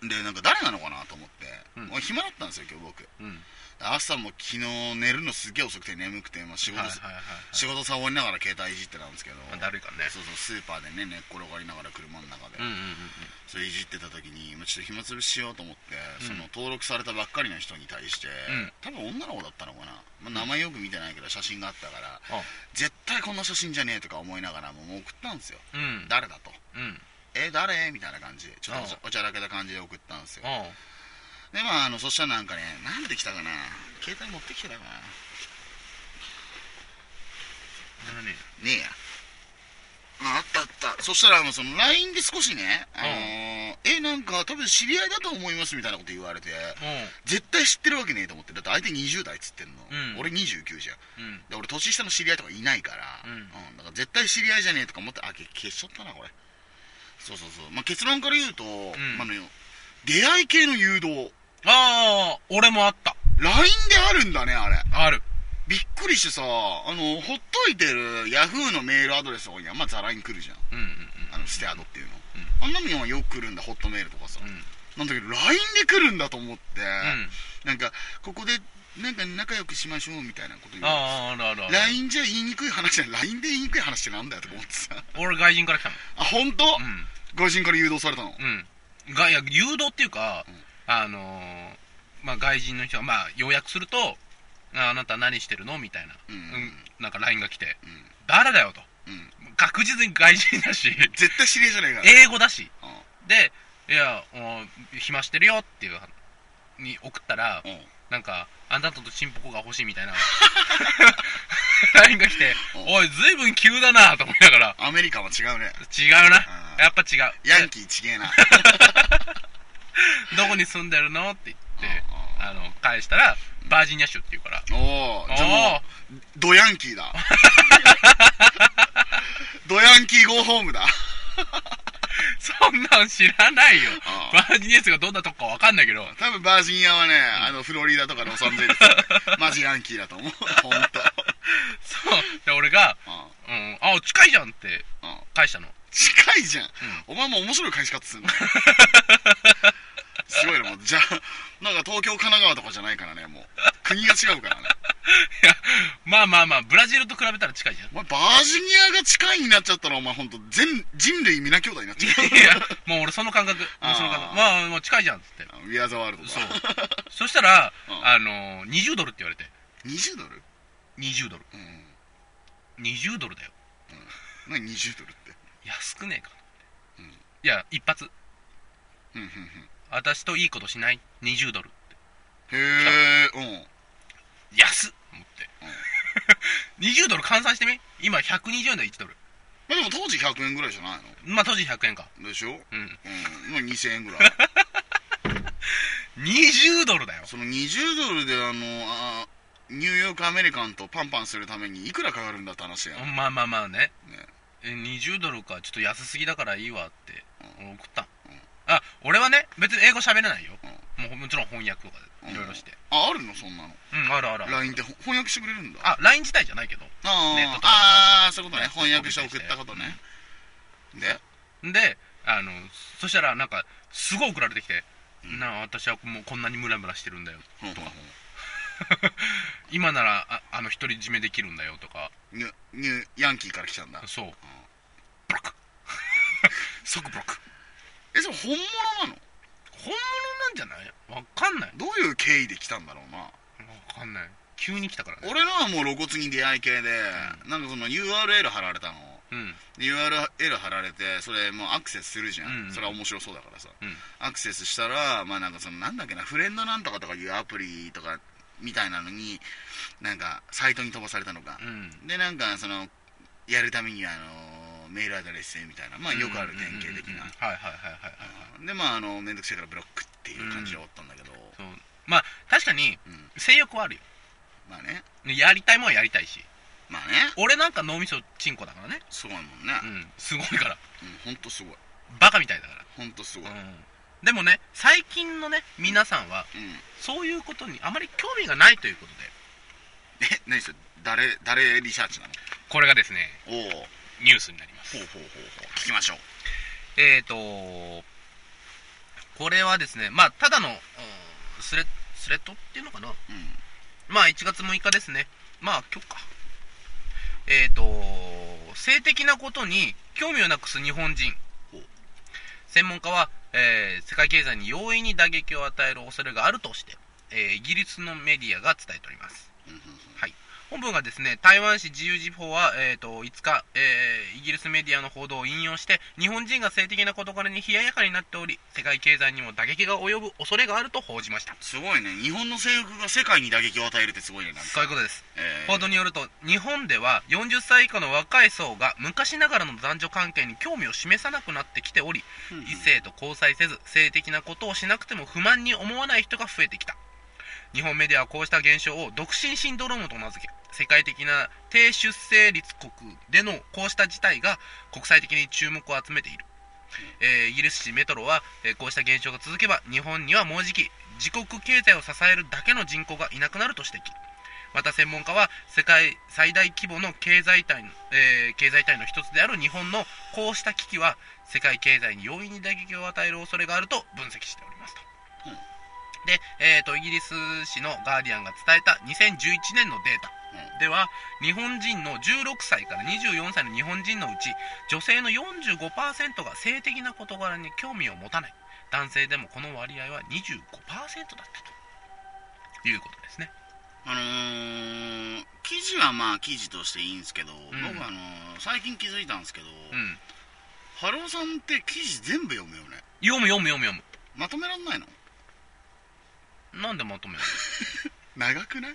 [SPEAKER 1] でなんか誰なのかなと思って、
[SPEAKER 2] うん
[SPEAKER 1] 俺暇だったんですよ今日僕
[SPEAKER 2] うん
[SPEAKER 1] 朝も昨日寝るのすげえ遅くて眠くて、まあ、仕
[SPEAKER 2] は
[SPEAKER 1] 事
[SPEAKER 2] いはい
[SPEAKER 1] さ、
[SPEAKER 2] はいはい
[SPEAKER 1] 仕事サボりながら携帯いじってたんですけど
[SPEAKER 2] まあだるいからね
[SPEAKER 1] そうそうスーパーでね寝っ転がりながら車の中
[SPEAKER 2] う
[SPEAKER 1] で、
[SPEAKER 2] んうんうん
[SPEAKER 1] それいじってた時にまあちょっと暇つぶししようと思って、
[SPEAKER 2] うん
[SPEAKER 1] その登録されたばっかりの人に対して、
[SPEAKER 2] ん
[SPEAKER 1] 多分女の子だったのかな、まあ名前よく見てないけど写真があったから
[SPEAKER 2] あ
[SPEAKER 1] 絶対こんな写真じゃねえとか思いながらももう送ったんですよ
[SPEAKER 2] うんうん
[SPEAKER 1] 誰だと
[SPEAKER 2] うん
[SPEAKER 1] え誰みたいな感じでちょっとおちゃ
[SPEAKER 2] う
[SPEAKER 1] おちゃらけた感じで送ったんですよ
[SPEAKER 2] あ
[SPEAKER 1] でまああのそしたらなんかねなんで来たかな携帯持ってきてたかな
[SPEAKER 2] 何
[SPEAKER 1] ねえやああったあったそしたらもうその LINE で少しね、あのーえなんか多分知り合いだと思いますみたいなこと言われて絶対知ってるわけねえと思ってだって相手20代っつってんの、
[SPEAKER 2] うん
[SPEAKER 1] 俺29じゃん
[SPEAKER 2] うんうん
[SPEAKER 1] で俺年下の知り合いとかいないから、
[SPEAKER 2] うん
[SPEAKER 1] だから絶対知り合いじゃねえとか思ってあけ消しちゃったなこれそうそうそう、まあ、結論から言うと、
[SPEAKER 2] ん
[SPEAKER 1] まあね、出会い系の誘導
[SPEAKER 2] ああ俺もあった
[SPEAKER 1] LINE であるんだねあれ
[SPEAKER 2] ある
[SPEAKER 1] びっくりしてさあのほっといてる Yahoo のメールアドレスとかにはまあザライン来るじゃん
[SPEAKER 2] うんうんうん
[SPEAKER 1] あのステアドっていうの、
[SPEAKER 2] う
[SPEAKER 1] あんなのにはよく来るんだホットメールとかさ、
[SPEAKER 2] うん
[SPEAKER 1] なんだけど LINE で来るんだと思って、なんかここでなんか仲良くしましょうみたいなこと言う
[SPEAKER 2] あああるあるある
[SPEAKER 1] LINE じゃ言いにくい話じゃん LINE で言いにくい話ってなんだよとか思ってさ
[SPEAKER 2] 俺外人から来たの
[SPEAKER 1] あ本当、
[SPEAKER 2] う
[SPEAKER 1] 外人から誘導されたの、
[SPEAKER 2] んうんがいや誘導っていうか、あのーまあ外人の人がまあ要約するとああなた何してるのみたいな、
[SPEAKER 1] うん
[SPEAKER 2] なんか LINE が来て、
[SPEAKER 1] ん
[SPEAKER 2] 誰だよと
[SPEAKER 1] うん
[SPEAKER 2] 確実に外人だし
[SPEAKER 1] 絶対知り合いじゃねえから
[SPEAKER 2] 英語だし
[SPEAKER 1] う
[SPEAKER 2] でいやもう暇してるよっていうに送ったら
[SPEAKER 1] んうん
[SPEAKER 2] なんかあなたとチンポコが欲しいみたい
[SPEAKER 1] *laughs*
[SPEAKER 2] な LINE が来て
[SPEAKER 1] うん
[SPEAKER 2] おい随分急だなと思いながら
[SPEAKER 1] アメリカは違うね
[SPEAKER 2] 違うな
[SPEAKER 1] うん
[SPEAKER 2] やっぱ違う
[SPEAKER 1] ヤンキーちげえなうん
[SPEAKER 2] どこに住んでるのって言って、あの、返したら、バージニア州って言うから、
[SPEAKER 1] おおじゃ
[SPEAKER 2] お
[SPEAKER 1] あもうドヤンキー *laughs* だドヤンキーゴーホームだ
[SPEAKER 2] そんなん知らないよ
[SPEAKER 1] あ。
[SPEAKER 2] バージニア州がどんなとこかわかんないけど、
[SPEAKER 1] 多分バージニアはね、あのフロリダとかロサンゼル *laughs* ス、マジヤンキーだと思う本当。
[SPEAKER 2] そう。で、俺が、
[SPEAKER 1] う
[SPEAKER 2] うん、あ、近いじゃんって
[SPEAKER 1] んうん
[SPEAKER 2] 返したの。
[SPEAKER 1] 近いじゃん、お前も面白い返し方するの *laughs* すごいなもうじゃあなんか東京神奈川とかじゃないからねもう国が違うからね
[SPEAKER 2] まあまあまあ、ブラジルと比べたら近いじゃん。
[SPEAKER 1] お前バージニアが近いになっちゃったらお前本当全人類皆兄弟になっちゃ
[SPEAKER 2] いや、もう俺その感覚、も
[SPEAKER 1] あー
[SPEAKER 2] うその感覚、まあ、もう近いじゃんっつって。
[SPEAKER 1] う *laughs* ウィアーザワールドだ
[SPEAKER 2] そう。そしたら
[SPEAKER 1] う、ん
[SPEAKER 2] あの、20ドルって言われて。
[SPEAKER 1] 20ドル
[SPEAKER 2] 20ドル。
[SPEAKER 1] うん
[SPEAKER 2] 20ドルだよ。
[SPEAKER 1] 何20ドルって
[SPEAKER 2] 安くねえか
[SPEAKER 1] う。
[SPEAKER 2] なんいや、一発。
[SPEAKER 1] うんうんうん
[SPEAKER 2] 私といいことしない ?20 ドル。
[SPEAKER 1] へえうん
[SPEAKER 2] 安っ思って、20ドル *laughs* 換算してみ今120円だよ1ドル
[SPEAKER 1] まあでも当時100円ぐらいじゃない
[SPEAKER 2] まあ当時100円か
[SPEAKER 1] のでしょ
[SPEAKER 2] うん
[SPEAKER 1] *laughs* うんまあ2000円ぐらい
[SPEAKER 2] 20ドルだよ。
[SPEAKER 1] その20ドルであのあニューヨークアメリカンとパンパンするためにいくらかかるんだって話やん、
[SPEAKER 2] まあまあまあね
[SPEAKER 1] ね
[SPEAKER 2] え20ドルかちょっと安すぎだからいいわって
[SPEAKER 1] う
[SPEAKER 2] 俺送った、
[SPEAKER 1] うん
[SPEAKER 2] あ俺はね別に英語喋れないよ、もうもちろん翻訳とか
[SPEAKER 1] うん
[SPEAKER 2] でいろいろして
[SPEAKER 1] ああるのそんなの
[SPEAKER 2] うんあるあるある
[SPEAKER 1] LINE って翻訳してくれるんだ
[SPEAKER 2] あ LINE 自体じゃないけど
[SPEAKER 1] あー
[SPEAKER 2] ネットとか
[SPEAKER 1] あーそういうこと
[SPEAKER 2] ネット
[SPEAKER 1] ね
[SPEAKER 2] とか
[SPEAKER 1] 翻訳して送ったことねで
[SPEAKER 2] であのそしたらなんかすごい送られてきて、
[SPEAKER 1] うん
[SPEAKER 2] なあ私はもうこんなにムラムラしてるんだよ
[SPEAKER 1] ほんほんほ
[SPEAKER 2] 今ならああの独り占めできるんだよとか
[SPEAKER 1] んニュニュヤンキーから来たんだ
[SPEAKER 2] そうブロック *laughs* 即ブロック
[SPEAKER 1] えそれ本物なの
[SPEAKER 2] 本物なんじゃないわかんない
[SPEAKER 1] どういう経緯で来たんだろうな
[SPEAKER 2] わかんない急に来たからね
[SPEAKER 1] 俺のはもう露骨に出会い系で、なんかその URL 貼られたの
[SPEAKER 2] うん
[SPEAKER 1] で URL 貼られてそれもうアクセスするじゃん、
[SPEAKER 2] うんうん
[SPEAKER 1] それは面白そうだからさ、
[SPEAKER 2] うん
[SPEAKER 1] アクセスしたらまあなんかそのなんだっけなフレンドなんとかとかいうアプリとかみたいなのになんかサイトに飛ばされたのか
[SPEAKER 2] う、ん
[SPEAKER 1] でなんかそのやるためにはあのメールアドレスみたいなまあよくある典型的
[SPEAKER 2] うんうんうんうん
[SPEAKER 1] な、
[SPEAKER 2] はいはいはいはいはい
[SPEAKER 1] でまああの面倒くせえからブロックっていう感じで終わったんだけど、
[SPEAKER 2] そうまあ確かに
[SPEAKER 1] うん
[SPEAKER 2] 性欲はあるよ
[SPEAKER 1] まあね
[SPEAKER 2] やりたいもんはやりたいし
[SPEAKER 1] まあね
[SPEAKER 2] 俺なんか脳みそチンコだからね
[SPEAKER 1] すごいもんね、
[SPEAKER 2] うんすごいから
[SPEAKER 1] うん、ほんとすごい
[SPEAKER 2] バカみたいだか
[SPEAKER 1] ほんとすごい、
[SPEAKER 2] ら
[SPEAKER 1] う
[SPEAKER 2] うんんでもね最近のね皆さんはそういうことにあまり興味がないということで
[SPEAKER 1] え何それ誰誰リサーチなの
[SPEAKER 2] これがですね
[SPEAKER 1] おお
[SPEAKER 2] ニュースになります
[SPEAKER 1] ほうほうほうほう聞きましょう
[SPEAKER 2] えーとこれはですねまあただのうんスレスレッドっていうのかな
[SPEAKER 1] うん
[SPEAKER 2] まあ1月6日ですね。まあ今日か。えっ、ー、と、性的なことに興味をなくす日本人
[SPEAKER 1] ほう。
[SPEAKER 2] 専門家は、えー世界経済に容易に打撃を与える恐れがあるとして、えーイギリスのメディアが伝えております。
[SPEAKER 1] うんうんうん
[SPEAKER 2] 本文がですね、台湾紙自由時報は、えー、と5日、えーイギリスメディアの報道を引用して、日本人が性的な事柄に冷ややかになっており、世界経済にも打撃が及ぶ恐れがあると報じました。
[SPEAKER 1] すごいね日本の性欲が世界に打撃を与えるってすごいねなん
[SPEAKER 2] そういう
[SPEAKER 1] か、
[SPEAKER 2] ことです。
[SPEAKER 1] えー
[SPEAKER 2] 報道によると日本では40歳以下の若い層が昔ながらの男女関係に興味を示さなくなってきており
[SPEAKER 1] うんうん
[SPEAKER 2] 異性と交際せず性的なことをしなくても不満に思わない人が増えてきた日本メディアはこうした現象を独身シンドロームと名付け世界的な低出生率国でのこうした事態が国際的に注目を集めている、えーイギリス紙メトロは、えーこうした現象が続けば日本にはもうじき自国経済を支えるだけの人口がいなくなると指摘また専門家は世界最大規模の経済体の、えー経済体の一つである日本のこうした危機は世界経済に容易に打撃を与える恐れがあると分析しておりますと。
[SPEAKER 1] うん
[SPEAKER 2] で、えーとイギリス紙のガーディアンが伝えた2011年のデータでは日本人の16歳から24歳の日本人のうち女性の45%が性的な事柄に興味を持たない男性でもこの割合は25%だったということですね。
[SPEAKER 1] あのー、記事はまあ記事としていいんですけど、
[SPEAKER 2] ん
[SPEAKER 1] 僕あのー最近気づいたんですけど、
[SPEAKER 2] うん
[SPEAKER 1] ハローさんって記事全部読むよね
[SPEAKER 2] 読む読む読む読
[SPEAKER 1] まとめらんないの
[SPEAKER 2] むなんでまとめる
[SPEAKER 1] 長くない *laughs*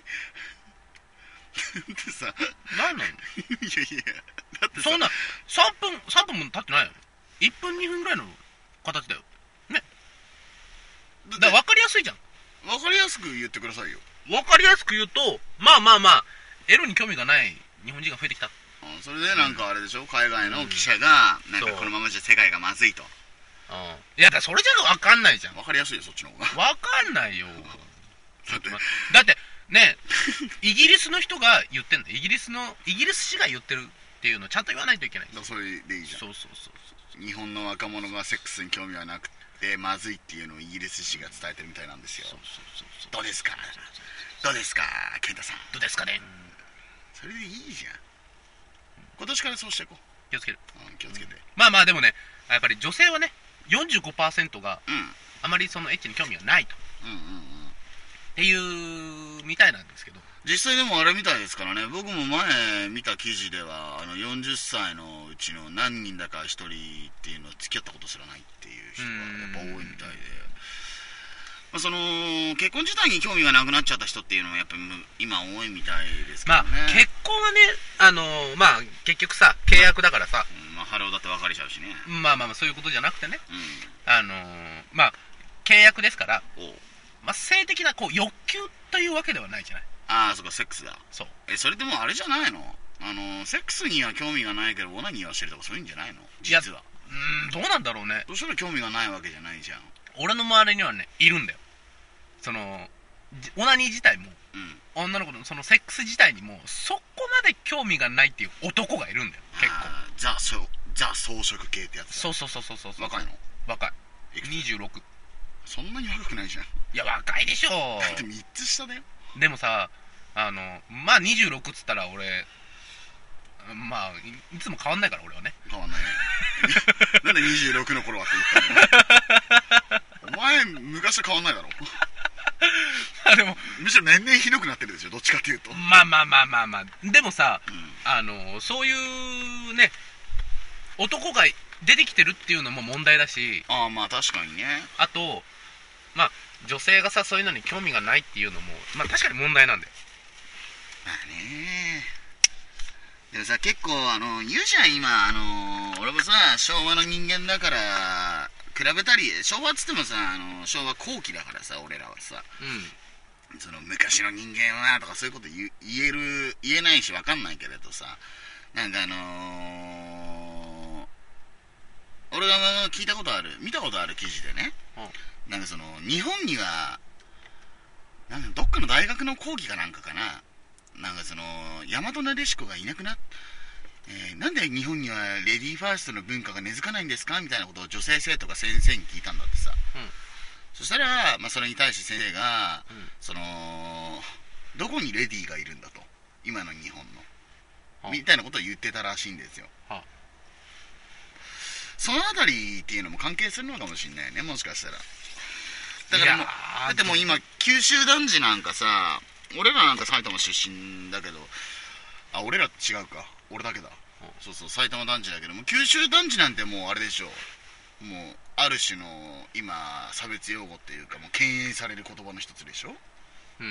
[SPEAKER 1] だってさ
[SPEAKER 2] の何なの
[SPEAKER 1] いやいやだってさ
[SPEAKER 2] そんな3分3分も経ってないよ1分2分ぐらいの形だよだ
[SPEAKER 1] だ
[SPEAKER 2] から
[SPEAKER 1] わ
[SPEAKER 2] 分かりやすいじゃん
[SPEAKER 1] わかりやすく言ってくださいよ
[SPEAKER 2] 分かりやすく言うとまあまあまあエロに興味がない日本人が増えてきた
[SPEAKER 1] うんそれでなんかあれでしょ、海外の記者が、なん
[SPEAKER 2] そ
[SPEAKER 1] か
[SPEAKER 2] う
[SPEAKER 1] このままじゃ世界がまずいと
[SPEAKER 2] いやだからそれじゃ分かんないじゃん分
[SPEAKER 1] わかりやすいよそっちの方が
[SPEAKER 2] かんないよ
[SPEAKER 1] だって
[SPEAKER 2] だって *laughs* ねイギリスの人が言ってんだイギリスのイギリス紙が言ってるっていうのをちゃんと言わないといけない
[SPEAKER 1] だそれでいいじゃ
[SPEAKER 2] そうそうそうそうん
[SPEAKER 1] 日本の若者がセックスに興味はなくてまずいっていうのをイギリス紙が伝えてるみたいなんですよ
[SPEAKER 2] そうそうそう
[SPEAKER 1] どうですかどうですか健太さん
[SPEAKER 2] どうですかね
[SPEAKER 1] それでいいじゃん今年からそうしていこ
[SPEAKER 2] 気をつける
[SPEAKER 1] う、うん、気をつけて
[SPEAKER 2] まあまあでもねやっぱり女性はね45%が
[SPEAKER 1] うん
[SPEAKER 2] あまりそのエッチに興味がないと
[SPEAKER 1] うんうんうん
[SPEAKER 2] っていうみたいなんですけど
[SPEAKER 1] 実際でもあれみたいですからね僕も前見た記事ではあの40歳のうちの何人だか1人っていうのは付き合ったことすらないっていう人がやっぱ多いみたいで、まあ、その結婚自体に興味がなくなっちゃった人っていうのはやっぱり今多いみたいですけど
[SPEAKER 2] まあ
[SPEAKER 1] ね、
[SPEAKER 2] 結婚はねあのーまあ結局さ契約だからさ
[SPEAKER 1] うんまあ、ハローだって別れちゃうしね
[SPEAKER 2] まあまあまあそういうことじゃなくてね
[SPEAKER 1] う
[SPEAKER 2] あのーまあ契約ですから
[SPEAKER 1] んおう
[SPEAKER 2] まあ、性的なこう欲求というわけではないじゃない
[SPEAKER 1] ああそっかセックスだ
[SPEAKER 2] そう
[SPEAKER 1] えそれでもあれじゃないのあのセックスには興味がないけどオナニーはしてるとかそういうんじゃないの
[SPEAKER 2] や
[SPEAKER 1] 実は
[SPEAKER 2] うーんどうなんだろうね
[SPEAKER 1] そしたら興味がないわけじゃないじゃん
[SPEAKER 2] 俺の周りにはねいるんだよそのじオナニー自体も
[SPEAKER 1] うん
[SPEAKER 2] 女の子のそのセックス自体にもそこまで興味がないっていう男がいるんだよ結構
[SPEAKER 1] あーザそうザ装飾系ってやつだ
[SPEAKER 2] そうそうそうそうそうそう
[SPEAKER 1] 若いの
[SPEAKER 2] 若い
[SPEAKER 1] いくつ
[SPEAKER 2] 26
[SPEAKER 1] そんなに若くないじゃん
[SPEAKER 2] いや若いでしょ
[SPEAKER 1] だって3つ下だよ
[SPEAKER 2] でもさあのまあ26っつったら俺まあいいつも変わんないから俺はね *laughs*
[SPEAKER 1] 変わんないね *laughs* なんで26の頃はって言ったのお前昔と変わんないだろ
[SPEAKER 2] あでも
[SPEAKER 1] むしろ年々ひどくなってるでしょどっちかっていうとうん
[SPEAKER 2] まあまあまあまあまあでもさあのそういうね男が出てきてるっていうのも問題だし
[SPEAKER 1] ああまあ確かにね
[SPEAKER 2] あとまあ女性がさそういうのに興味がないっていうのもまあ確かに問題なんだよ
[SPEAKER 1] まあねでもさ結構あの言うじゃん今あの俺もさ昭和の人間だから比べたり昭和っつってもさあの昭和後期だからさ俺らはさ
[SPEAKER 2] う
[SPEAKER 1] その昔の人間はとかそういうこと言う言える言えないし分かんないけれどさなんかあのー俺が聞いたことある見たことある記事でね、なんかその日本にはなんかどっかの大学の講義かなんかかななんかその大和撫子がいなくなっえーなんで日本にはレディーファーストの文化が根付かないんですかみたいなことを女性生徒が先生に聞いたんだってさ、
[SPEAKER 2] うん
[SPEAKER 1] そしたら、まあ、それに対して先生が、
[SPEAKER 2] うん
[SPEAKER 1] そのどこにレディーがいるんだと今の日本
[SPEAKER 2] はあ
[SPEAKER 1] のみたいなことを言ってたらしいんですよ、
[SPEAKER 2] はあ
[SPEAKER 1] そのあたりっていうのも関係するのかもしれないねもしかしたらだ
[SPEAKER 2] ん
[SPEAKER 1] からもう
[SPEAKER 2] いやー
[SPEAKER 1] だってもう今九州男児なんかさ俺らなんか埼玉出身だけどあ俺ら違うか俺だけだ、
[SPEAKER 2] うん
[SPEAKER 1] そうそう埼玉男児だけどもう九州男児なんてもうあれでしょもうある種の今差別用語っていうかもう敬遠される言葉の一つでしょ、
[SPEAKER 2] うー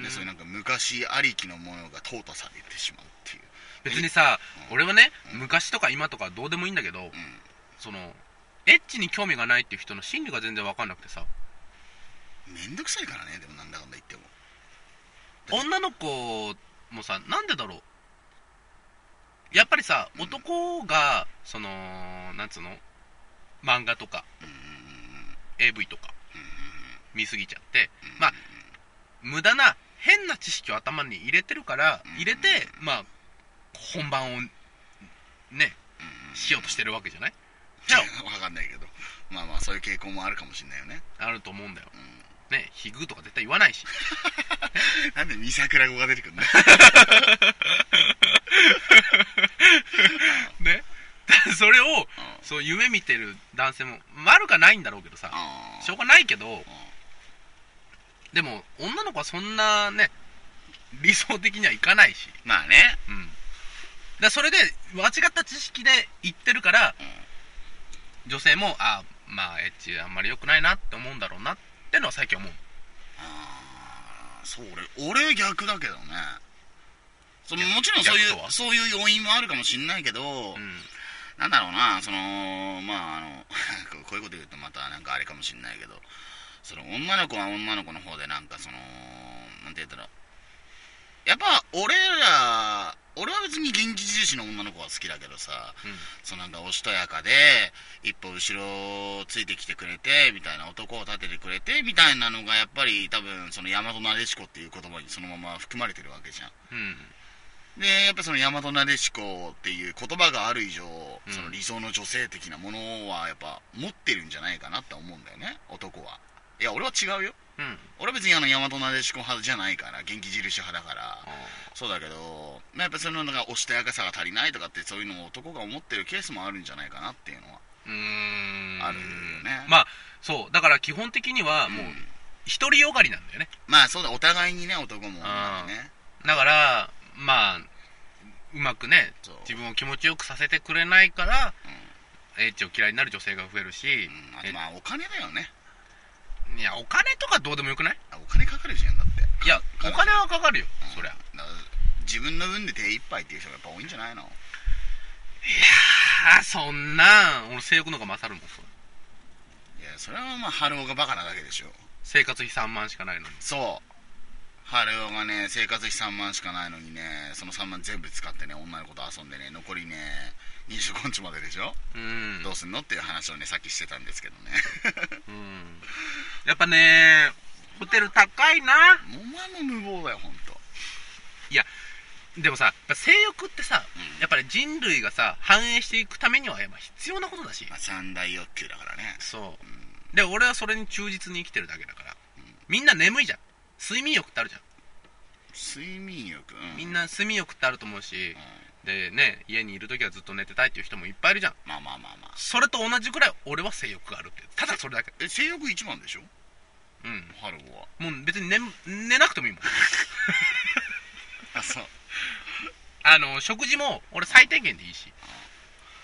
[SPEAKER 2] ん
[SPEAKER 1] でそういうなんか昔ありきのものが淘汰されてしまうっていう
[SPEAKER 2] 別にさ
[SPEAKER 1] うん
[SPEAKER 2] 俺はね
[SPEAKER 1] うん
[SPEAKER 2] 昔とか今とかどうでもいいんだけど
[SPEAKER 1] うん
[SPEAKER 2] そのエッチに興味がないっていう人の心理が全然分かんなくてさ
[SPEAKER 1] めんどくさいからねでもなんだかんだ言っても
[SPEAKER 2] 女の子もさなんでだろうやっぱりさ
[SPEAKER 1] うん
[SPEAKER 2] 男がそのなんつうの漫画とか
[SPEAKER 1] うん
[SPEAKER 2] AV とか
[SPEAKER 1] うん
[SPEAKER 2] 見すぎちゃって
[SPEAKER 1] うんうん
[SPEAKER 2] まあ無駄な変な知識を頭に入れてるから
[SPEAKER 1] うん
[SPEAKER 2] 入れてまあ本番をね
[SPEAKER 1] うん
[SPEAKER 2] しようとしてるわけじゃない
[SPEAKER 1] じゃ *laughs* あ分かんないけどまあまあそういう傾向もあるかもしれないよね
[SPEAKER 2] あると思うんだよ
[SPEAKER 1] うん
[SPEAKER 2] ねヒグとか絶対言わないし *laughs*
[SPEAKER 1] なんでミサクラ語が出てくる *laughs* の
[SPEAKER 2] ね *laughs* それをそう夢見てる男性も悪かないんだろうけどさ
[SPEAKER 1] あ
[SPEAKER 2] しょうがないけどでも女の子はそんなね理想的にはいかないし、
[SPEAKER 1] まあね、
[SPEAKER 2] うん、だからそれで間違った知識で言ってるから女性もあまあエッチあんまり良くないなって思うんだろうなってのは最近思う
[SPEAKER 1] あーそう俺俺逆だけどねその
[SPEAKER 2] 逆
[SPEAKER 1] もちろんそうい
[SPEAKER 2] 逆と
[SPEAKER 1] う
[SPEAKER 2] は
[SPEAKER 1] そういう要因もあるかもしんないけど、
[SPEAKER 2] うん
[SPEAKER 1] なんだろうなそのまああの *laughs* こうこういうこと言うとまたなんかあれかもしんないけどその女の子は女の子の方でなんかそのなんて言ったらやっぱ俺ら俺は別に元気印の女の子は好きだけどさ、そのなんかおしとやかで一歩後ろをついてきてくれてみたいな男を立ててくれてみたいなのがやっぱり多分その大和撫子っていう言葉にそのまま含まれてるわけじゃん
[SPEAKER 2] うん
[SPEAKER 1] でやっぱその大和撫子っていう言葉がある以上
[SPEAKER 2] うん
[SPEAKER 1] その理想の女性的なものはやっぱ持ってるんじゃないかなって思うんだよね男はいや俺は違うよ
[SPEAKER 2] うん
[SPEAKER 1] 俺は別にあの大和撫子派じゃないから元気印派だから
[SPEAKER 2] あ
[SPEAKER 1] そうだけど、まあ、やっぱそのなんかおしとやかさが足りないとかってそういうのを男が思ってるケースもあるんじゃないかなっていうのは
[SPEAKER 2] ーうーん
[SPEAKER 1] あるよね
[SPEAKER 2] まあそうだから基本的にはもう
[SPEAKER 1] うん
[SPEAKER 2] 独りよがりなんだよね
[SPEAKER 1] まあそうだお互いにね男も女もね
[SPEAKER 2] だからまあうまくね
[SPEAKER 1] そう
[SPEAKER 2] 自分を気持ちよくさせてくれないから
[SPEAKER 1] うん
[SPEAKER 2] エッチを嫌いになる女性が増えるし、
[SPEAKER 1] うんあとまあお金だよね
[SPEAKER 2] いやお金とかどうでもよくない
[SPEAKER 1] あお金かかるじゃんだって
[SPEAKER 2] いやお
[SPEAKER 1] か
[SPEAKER 2] 金はかかるよ、
[SPEAKER 1] うん
[SPEAKER 2] そりゃ
[SPEAKER 1] だから自分の分で手一杯っていう人がやっぱ多いんじゃないの
[SPEAKER 2] あーそんなん俺性欲の方が勝るもんそれ
[SPEAKER 1] いやそれはまあ春男がバカなだけでしょ
[SPEAKER 2] 生活費3万しかないのに
[SPEAKER 1] そう春雄がね生活費3万しかないのにねその3万全部使ってね女の子と遊んでね残りね25日まででしょ、
[SPEAKER 2] うん
[SPEAKER 1] どうすんのっていう話をねさっきしてたんですけどね *laughs*
[SPEAKER 2] うんやっぱねホテル高いな
[SPEAKER 1] お前も無謀だよほんと
[SPEAKER 2] でもさやっぱ性欲ってさやっぱり人類がさ繁栄していくためにはやっぱ必要なことだし
[SPEAKER 1] まあ、三大欲求だからね
[SPEAKER 2] そうで俺はそれに忠実に生きてるだけだからみんな眠いじゃん睡眠欲ってあるじゃん
[SPEAKER 1] 睡眠欲、う
[SPEAKER 2] みんな睡眠欲ってあると思うし
[SPEAKER 1] うん
[SPEAKER 2] でね家にいる時はずっと寝てたいっていう人もいっぱいいるじゃん
[SPEAKER 1] まあまあまあまあ
[SPEAKER 2] それと同じくらい俺は性欲があるってただそれだけ
[SPEAKER 1] え性欲一番でしょ
[SPEAKER 2] うん
[SPEAKER 1] 春雄は
[SPEAKER 2] もう別に寝寝なくてもいいもん
[SPEAKER 1] あ *laughs* そう
[SPEAKER 2] あの食事も俺最低限でいいし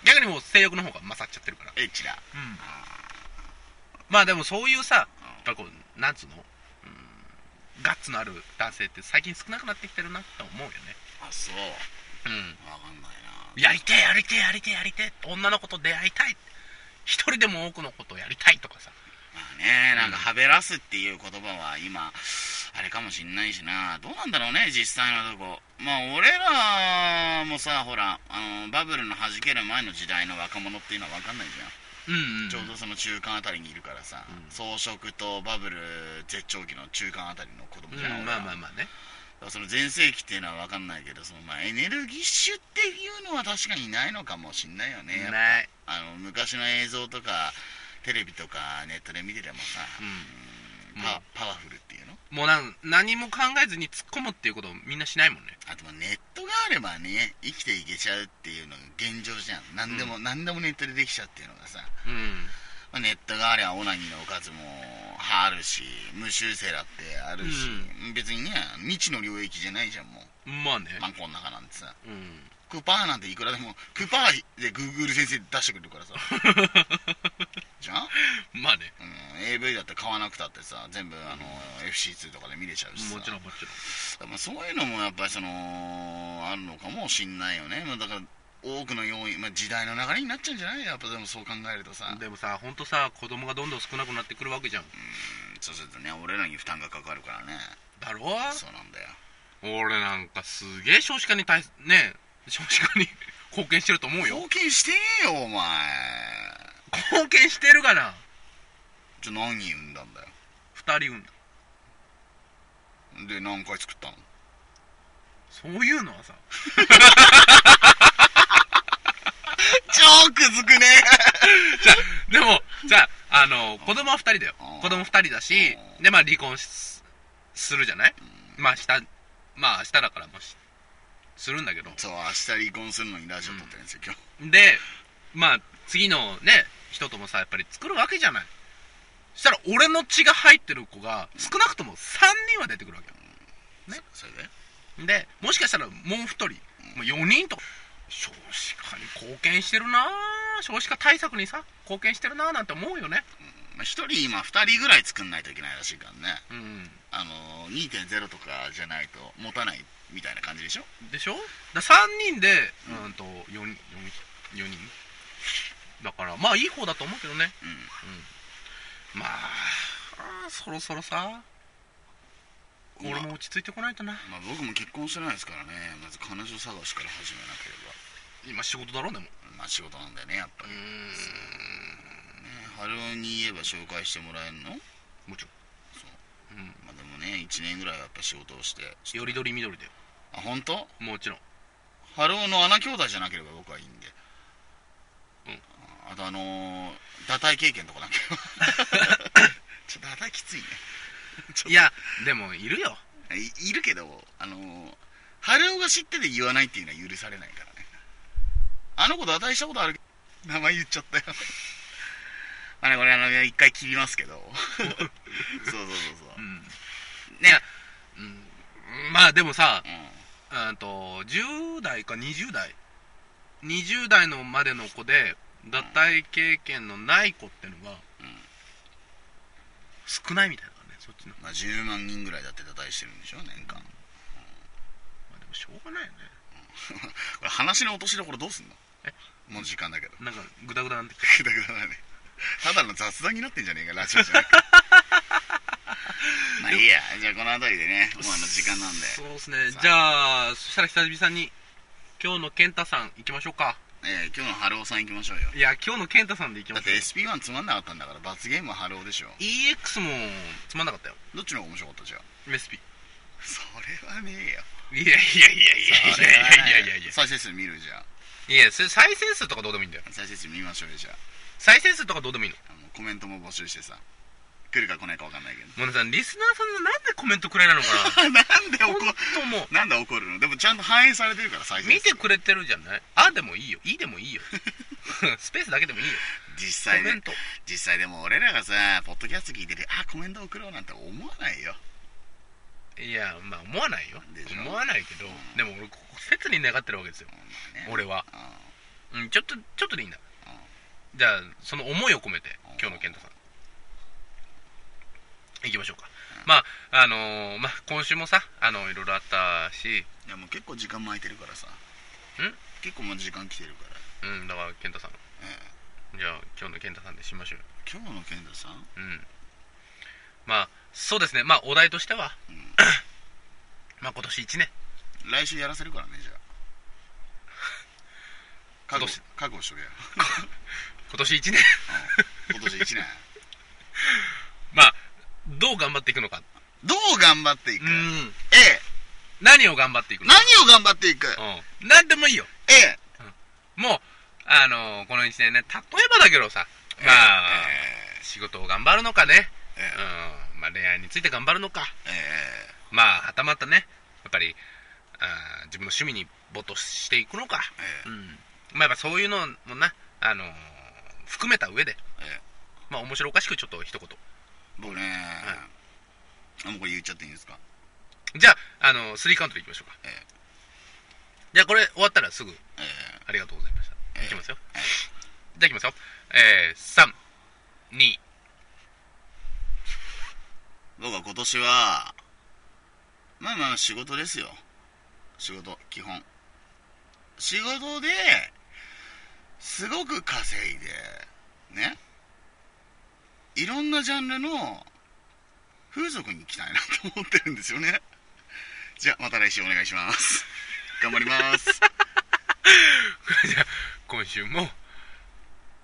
[SPEAKER 2] 逆にもう性欲の方が勝っちゃってるから
[SPEAKER 1] エッチだ
[SPEAKER 2] うんまあでもそういうさやっぱこうなんつうの、うん、ガッツのある男性って最近少なくなってきてるなって思うよね
[SPEAKER 1] あそう
[SPEAKER 2] うん
[SPEAKER 1] わかんないな
[SPEAKER 2] やりてえやりてえやりてえやりてえ女の子と出会いたい一人でも多くのことをやりたいとかさ
[SPEAKER 1] まあねなんかはべらすっていう言葉は今あれかもしんないしなどうなんだろうね実際のとこまあ俺らもさほらあのバブルの弾ける前の時代の若者っていうのは分かんないじゃん、
[SPEAKER 2] うん、うん、
[SPEAKER 1] ちょうどその中間あたりにいるからさ、
[SPEAKER 2] うん
[SPEAKER 1] 装飾とバブル絶頂期の中間あたりの子供
[SPEAKER 2] う
[SPEAKER 1] じゃない、
[SPEAKER 2] ん、まあまあまあね
[SPEAKER 1] だからその全盛期っていうのは分かんないけどその、まあ、エネルギッシュっていうのは確かにないのかもしんないよねやっぱ
[SPEAKER 2] ない、
[SPEAKER 1] あの昔の映像とかテレビとかネットで見ててもさ、
[SPEAKER 2] うん
[SPEAKER 1] パパワフルっていうの
[SPEAKER 2] うん、もうなん何も考えずに突っ込むっていうことをみんなしないもんね
[SPEAKER 1] あとまあネットがあればね生きていけちゃうっていうのが現状じゃん何でも、何でもネットでできちゃうっていうのがさ、
[SPEAKER 2] うん
[SPEAKER 1] まあネットがあればオナニーのおかずもあるし無修正だってあるし、別にね未知の領域じゃないじゃんも
[SPEAKER 2] まあね
[SPEAKER 1] う、マンコの中なんてさ
[SPEAKER 2] うん
[SPEAKER 1] クパーなんていくらでもクパーでグーグル先生出してくれる *laughs* からさじゃん
[SPEAKER 2] まあね
[SPEAKER 1] うん、AV だって買わなくたってさ全部あの、FC2 とかで見れちゃうしさ
[SPEAKER 2] もちろんもちろん
[SPEAKER 1] まあ、そういうのもやっぱりそのあるのかもしんないよね、まあ、だから多くの要因、まあ、時代の流れになっちゃうんじゃないやっぱでもそう考えるとさ
[SPEAKER 2] でもさ本当さ子供がどんどん少なくなってくるわけじゃん
[SPEAKER 1] そうするとね俺らに負担がかかるからね
[SPEAKER 2] だろ
[SPEAKER 1] そうなんだよ
[SPEAKER 2] 俺なんかすげえ少子化に対すね少子化に *laughs* 貢献してると思うよ
[SPEAKER 1] 貢献してねえよお前
[SPEAKER 2] 貢献してるがな
[SPEAKER 1] じゃあ何人産んだんだよ
[SPEAKER 2] 2人産んだ
[SPEAKER 1] で何回作ったの
[SPEAKER 2] そういうのはさ
[SPEAKER 1] 超くずくね
[SPEAKER 2] でもじゃああの子供は2人だよ
[SPEAKER 1] うん
[SPEAKER 2] 子供2人だし
[SPEAKER 1] うん
[SPEAKER 2] でまあ離婚しするじゃないまあしたまあ明日だからもうしするんだけど
[SPEAKER 1] そう明日離婚するのにラジオ撮ってるんですよ、今日
[SPEAKER 2] でまあ次のね人ともさやっぱり作るわけじゃないそしたら俺の血が入ってる子が少なくとも3人は出てくるわけよね
[SPEAKER 1] それで
[SPEAKER 2] でもしかしたらもう1人もう4人と少子化に貢献してるなあ少子化対策にさ貢献してるなあなんて思うよね
[SPEAKER 1] まあ、1人今2人ぐらい作んないといけないらしいからね
[SPEAKER 2] うん
[SPEAKER 1] あの2.0とかじゃないと持たないみたいな感じでしょ
[SPEAKER 2] でしょだ3人でうんと4人4人だからまあいい方だと思うけどね
[SPEAKER 1] うん
[SPEAKER 2] まああーそろそろさ俺も落ち着いてこないとな
[SPEAKER 1] まあ、僕も結婚してないですからねまず彼女探しから始めなけれ
[SPEAKER 2] 今仕事だろでも
[SPEAKER 1] ばまあ仕事なんだよねやっぱ
[SPEAKER 2] う
[SPEAKER 1] り、ね、
[SPEAKER 2] ん
[SPEAKER 1] 春男に言えば紹介してもらえるの
[SPEAKER 2] もちろん、
[SPEAKER 1] そう
[SPEAKER 2] ん、
[SPEAKER 1] まあでもね1年ぐらいはやっぱ仕事をして
[SPEAKER 2] よりどりみどりだよ
[SPEAKER 1] あ本当？
[SPEAKER 2] もちろん
[SPEAKER 1] 春男の穴兄弟じゃなければ僕はいいんで
[SPEAKER 2] うん
[SPEAKER 1] ああとあのー、堕胎経験とかなけ
[SPEAKER 2] *laughs*
[SPEAKER 1] れば *laughs* ちょっと堕胎きついね
[SPEAKER 2] いやでもいるよ
[SPEAKER 1] いい *laughs* るけどあのー、春男が知ってて言わないっていうのは許されないからねあの子と与したことあるけど名前言っちゃったよ *laughs* あれこれあの一回切りますけ
[SPEAKER 2] *laughs*
[SPEAKER 1] どそうそうそうそううんね
[SPEAKER 2] いやうんまあでもさ
[SPEAKER 1] うん
[SPEAKER 2] うんと10代か20代20代のまでの子で脱退経験のない子ってのが
[SPEAKER 1] うん
[SPEAKER 2] 少ないみたいだからねそっちの
[SPEAKER 1] まあ、10万人ぐらいだって堕胎してるんでしょ年間
[SPEAKER 2] まあでもしょうがないよね
[SPEAKER 1] これ話の落としどころどうすんの
[SPEAKER 2] え
[SPEAKER 1] もう時間だけど
[SPEAKER 2] なんかグダグダなんてきた *laughs*
[SPEAKER 1] だからねただの雑談になってんじゃねえかラジオじゃなくてじゃあこの辺りでね、もうあの時間なんで。
[SPEAKER 2] そうですねじゃあそしたら久々に今日の健太さん行きましょうか
[SPEAKER 1] えー今日の春尾さん行きましょうよ。
[SPEAKER 2] いや今日の健太さんで行きま
[SPEAKER 1] だっ
[SPEAKER 2] してょう
[SPEAKER 1] SP1 つまんなかったんだから、罰ゲームは春尾でしょ。
[SPEAKER 2] EX もつまんなかったよ
[SPEAKER 1] どっちの方が面白かったじゃん。
[SPEAKER 2] SP
[SPEAKER 1] それはねえよ。
[SPEAKER 2] いやいやいやいやいやいやいやいやいや
[SPEAKER 1] 再生数見るじゃん。
[SPEAKER 2] いやそれ再生数とかどうでもいいんだよ
[SPEAKER 1] 再生数見ましょうよ、じゃあ。
[SPEAKER 2] 再生数とかどうでもいいの
[SPEAKER 1] あのコメントも募集してさ。来るか来ないか分かんないけど。
[SPEAKER 2] モネさんリスナーさんがなんでコメントくれないのかな
[SPEAKER 1] なんで
[SPEAKER 2] 本
[SPEAKER 1] 怒る
[SPEAKER 2] 当もう
[SPEAKER 1] なんで怒るのでもちゃんと反映されてるから、再生数。
[SPEAKER 2] 見てくれてるじゃないあでもいいよいいでもいいよ *laughs* スペースだけでもいいよ
[SPEAKER 1] 実
[SPEAKER 2] コ
[SPEAKER 1] 際
[SPEAKER 2] メ
[SPEAKER 1] ね
[SPEAKER 2] ン。ト
[SPEAKER 1] 実際でも俺らがさ、ポッドキャスト聞いてて、あ、コメント送ろうなんて思わないよ。
[SPEAKER 2] いやまあ思わないよ
[SPEAKER 1] でしょ
[SPEAKER 2] 思わないけど
[SPEAKER 1] うん
[SPEAKER 2] でも俺ここ切に願ってるわけですよ
[SPEAKER 1] まあね
[SPEAKER 2] 俺は、
[SPEAKER 1] うん
[SPEAKER 2] うん、ちょっとちょっとでいいんだじゃあその思いを込めて今日の健太さんいきましょうかまああのーまあ今週もさあのいろいろあったし
[SPEAKER 1] いやもう結構時間巻いてるからさん結構もう時間来てるから
[SPEAKER 2] うんだから健太さんじゃあ今日の健太さんでしましょうよ
[SPEAKER 1] 今日の健太さん
[SPEAKER 2] うんまあそうですねまあお題としては、
[SPEAKER 1] うん
[SPEAKER 2] *coughs* まあ今年1年
[SPEAKER 1] 来週やらせるからねじゃ
[SPEAKER 2] 今年
[SPEAKER 1] あ覚悟覚悟しとけよ
[SPEAKER 2] 今年1年
[SPEAKER 1] *laughs* 今年1年
[SPEAKER 2] まあどう頑張っていくのか
[SPEAKER 1] *laughs* どう頑張っていく、
[SPEAKER 2] う
[SPEAKER 1] え
[SPEAKER 2] ん
[SPEAKER 1] え
[SPEAKER 2] 何を頑張っていくの
[SPEAKER 1] 何
[SPEAKER 2] か
[SPEAKER 1] を頑張っていく、
[SPEAKER 2] うん何でもいいよ
[SPEAKER 1] ええ
[SPEAKER 2] もうあのーこの1年ね例えばだけどさまあ、
[SPEAKER 1] え
[SPEAKER 2] 仕事を頑張るのかね、
[SPEAKER 1] ええ
[SPEAKER 2] うんまあ、恋愛について頑張るのか
[SPEAKER 1] ええ
[SPEAKER 2] まあはたまたねやっぱりあー自分の趣味に没頭していくのか
[SPEAKER 1] ええ
[SPEAKER 2] うん、まあやっぱそういうのもな、あのー含めた上で、
[SPEAKER 1] ええ
[SPEAKER 2] まあ面白おかしくちょっと一言
[SPEAKER 1] 僕ね、あもうこれ言っちゃっていいんですか
[SPEAKER 2] じゃあ、あのースリーカウントでいきましょうか、
[SPEAKER 1] え
[SPEAKER 2] じゃあこれ終わったらすぐ
[SPEAKER 1] ええ
[SPEAKER 2] ありがとうございました、
[SPEAKER 1] ええ
[SPEAKER 2] いきますよ、じゃあいきますよえー、32
[SPEAKER 1] 僕は今年はまあまあ仕事ですよ仕事基本仕事ですごく稼いでねいろんなジャンルの風俗に行きたいなと思ってるんですよね *laughs* じゃあまた来週お願いします頑張ります
[SPEAKER 2] 今週も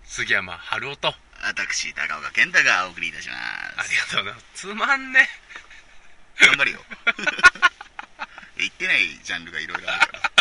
[SPEAKER 2] 杉山春夫とあ
[SPEAKER 1] 私高岡健太がお送りいたしま
[SPEAKER 2] り
[SPEAKER 1] す
[SPEAKER 2] がとうございますつまんね
[SPEAKER 1] *laughs* 頑張るよ言ってないジャンルがいろいろあるから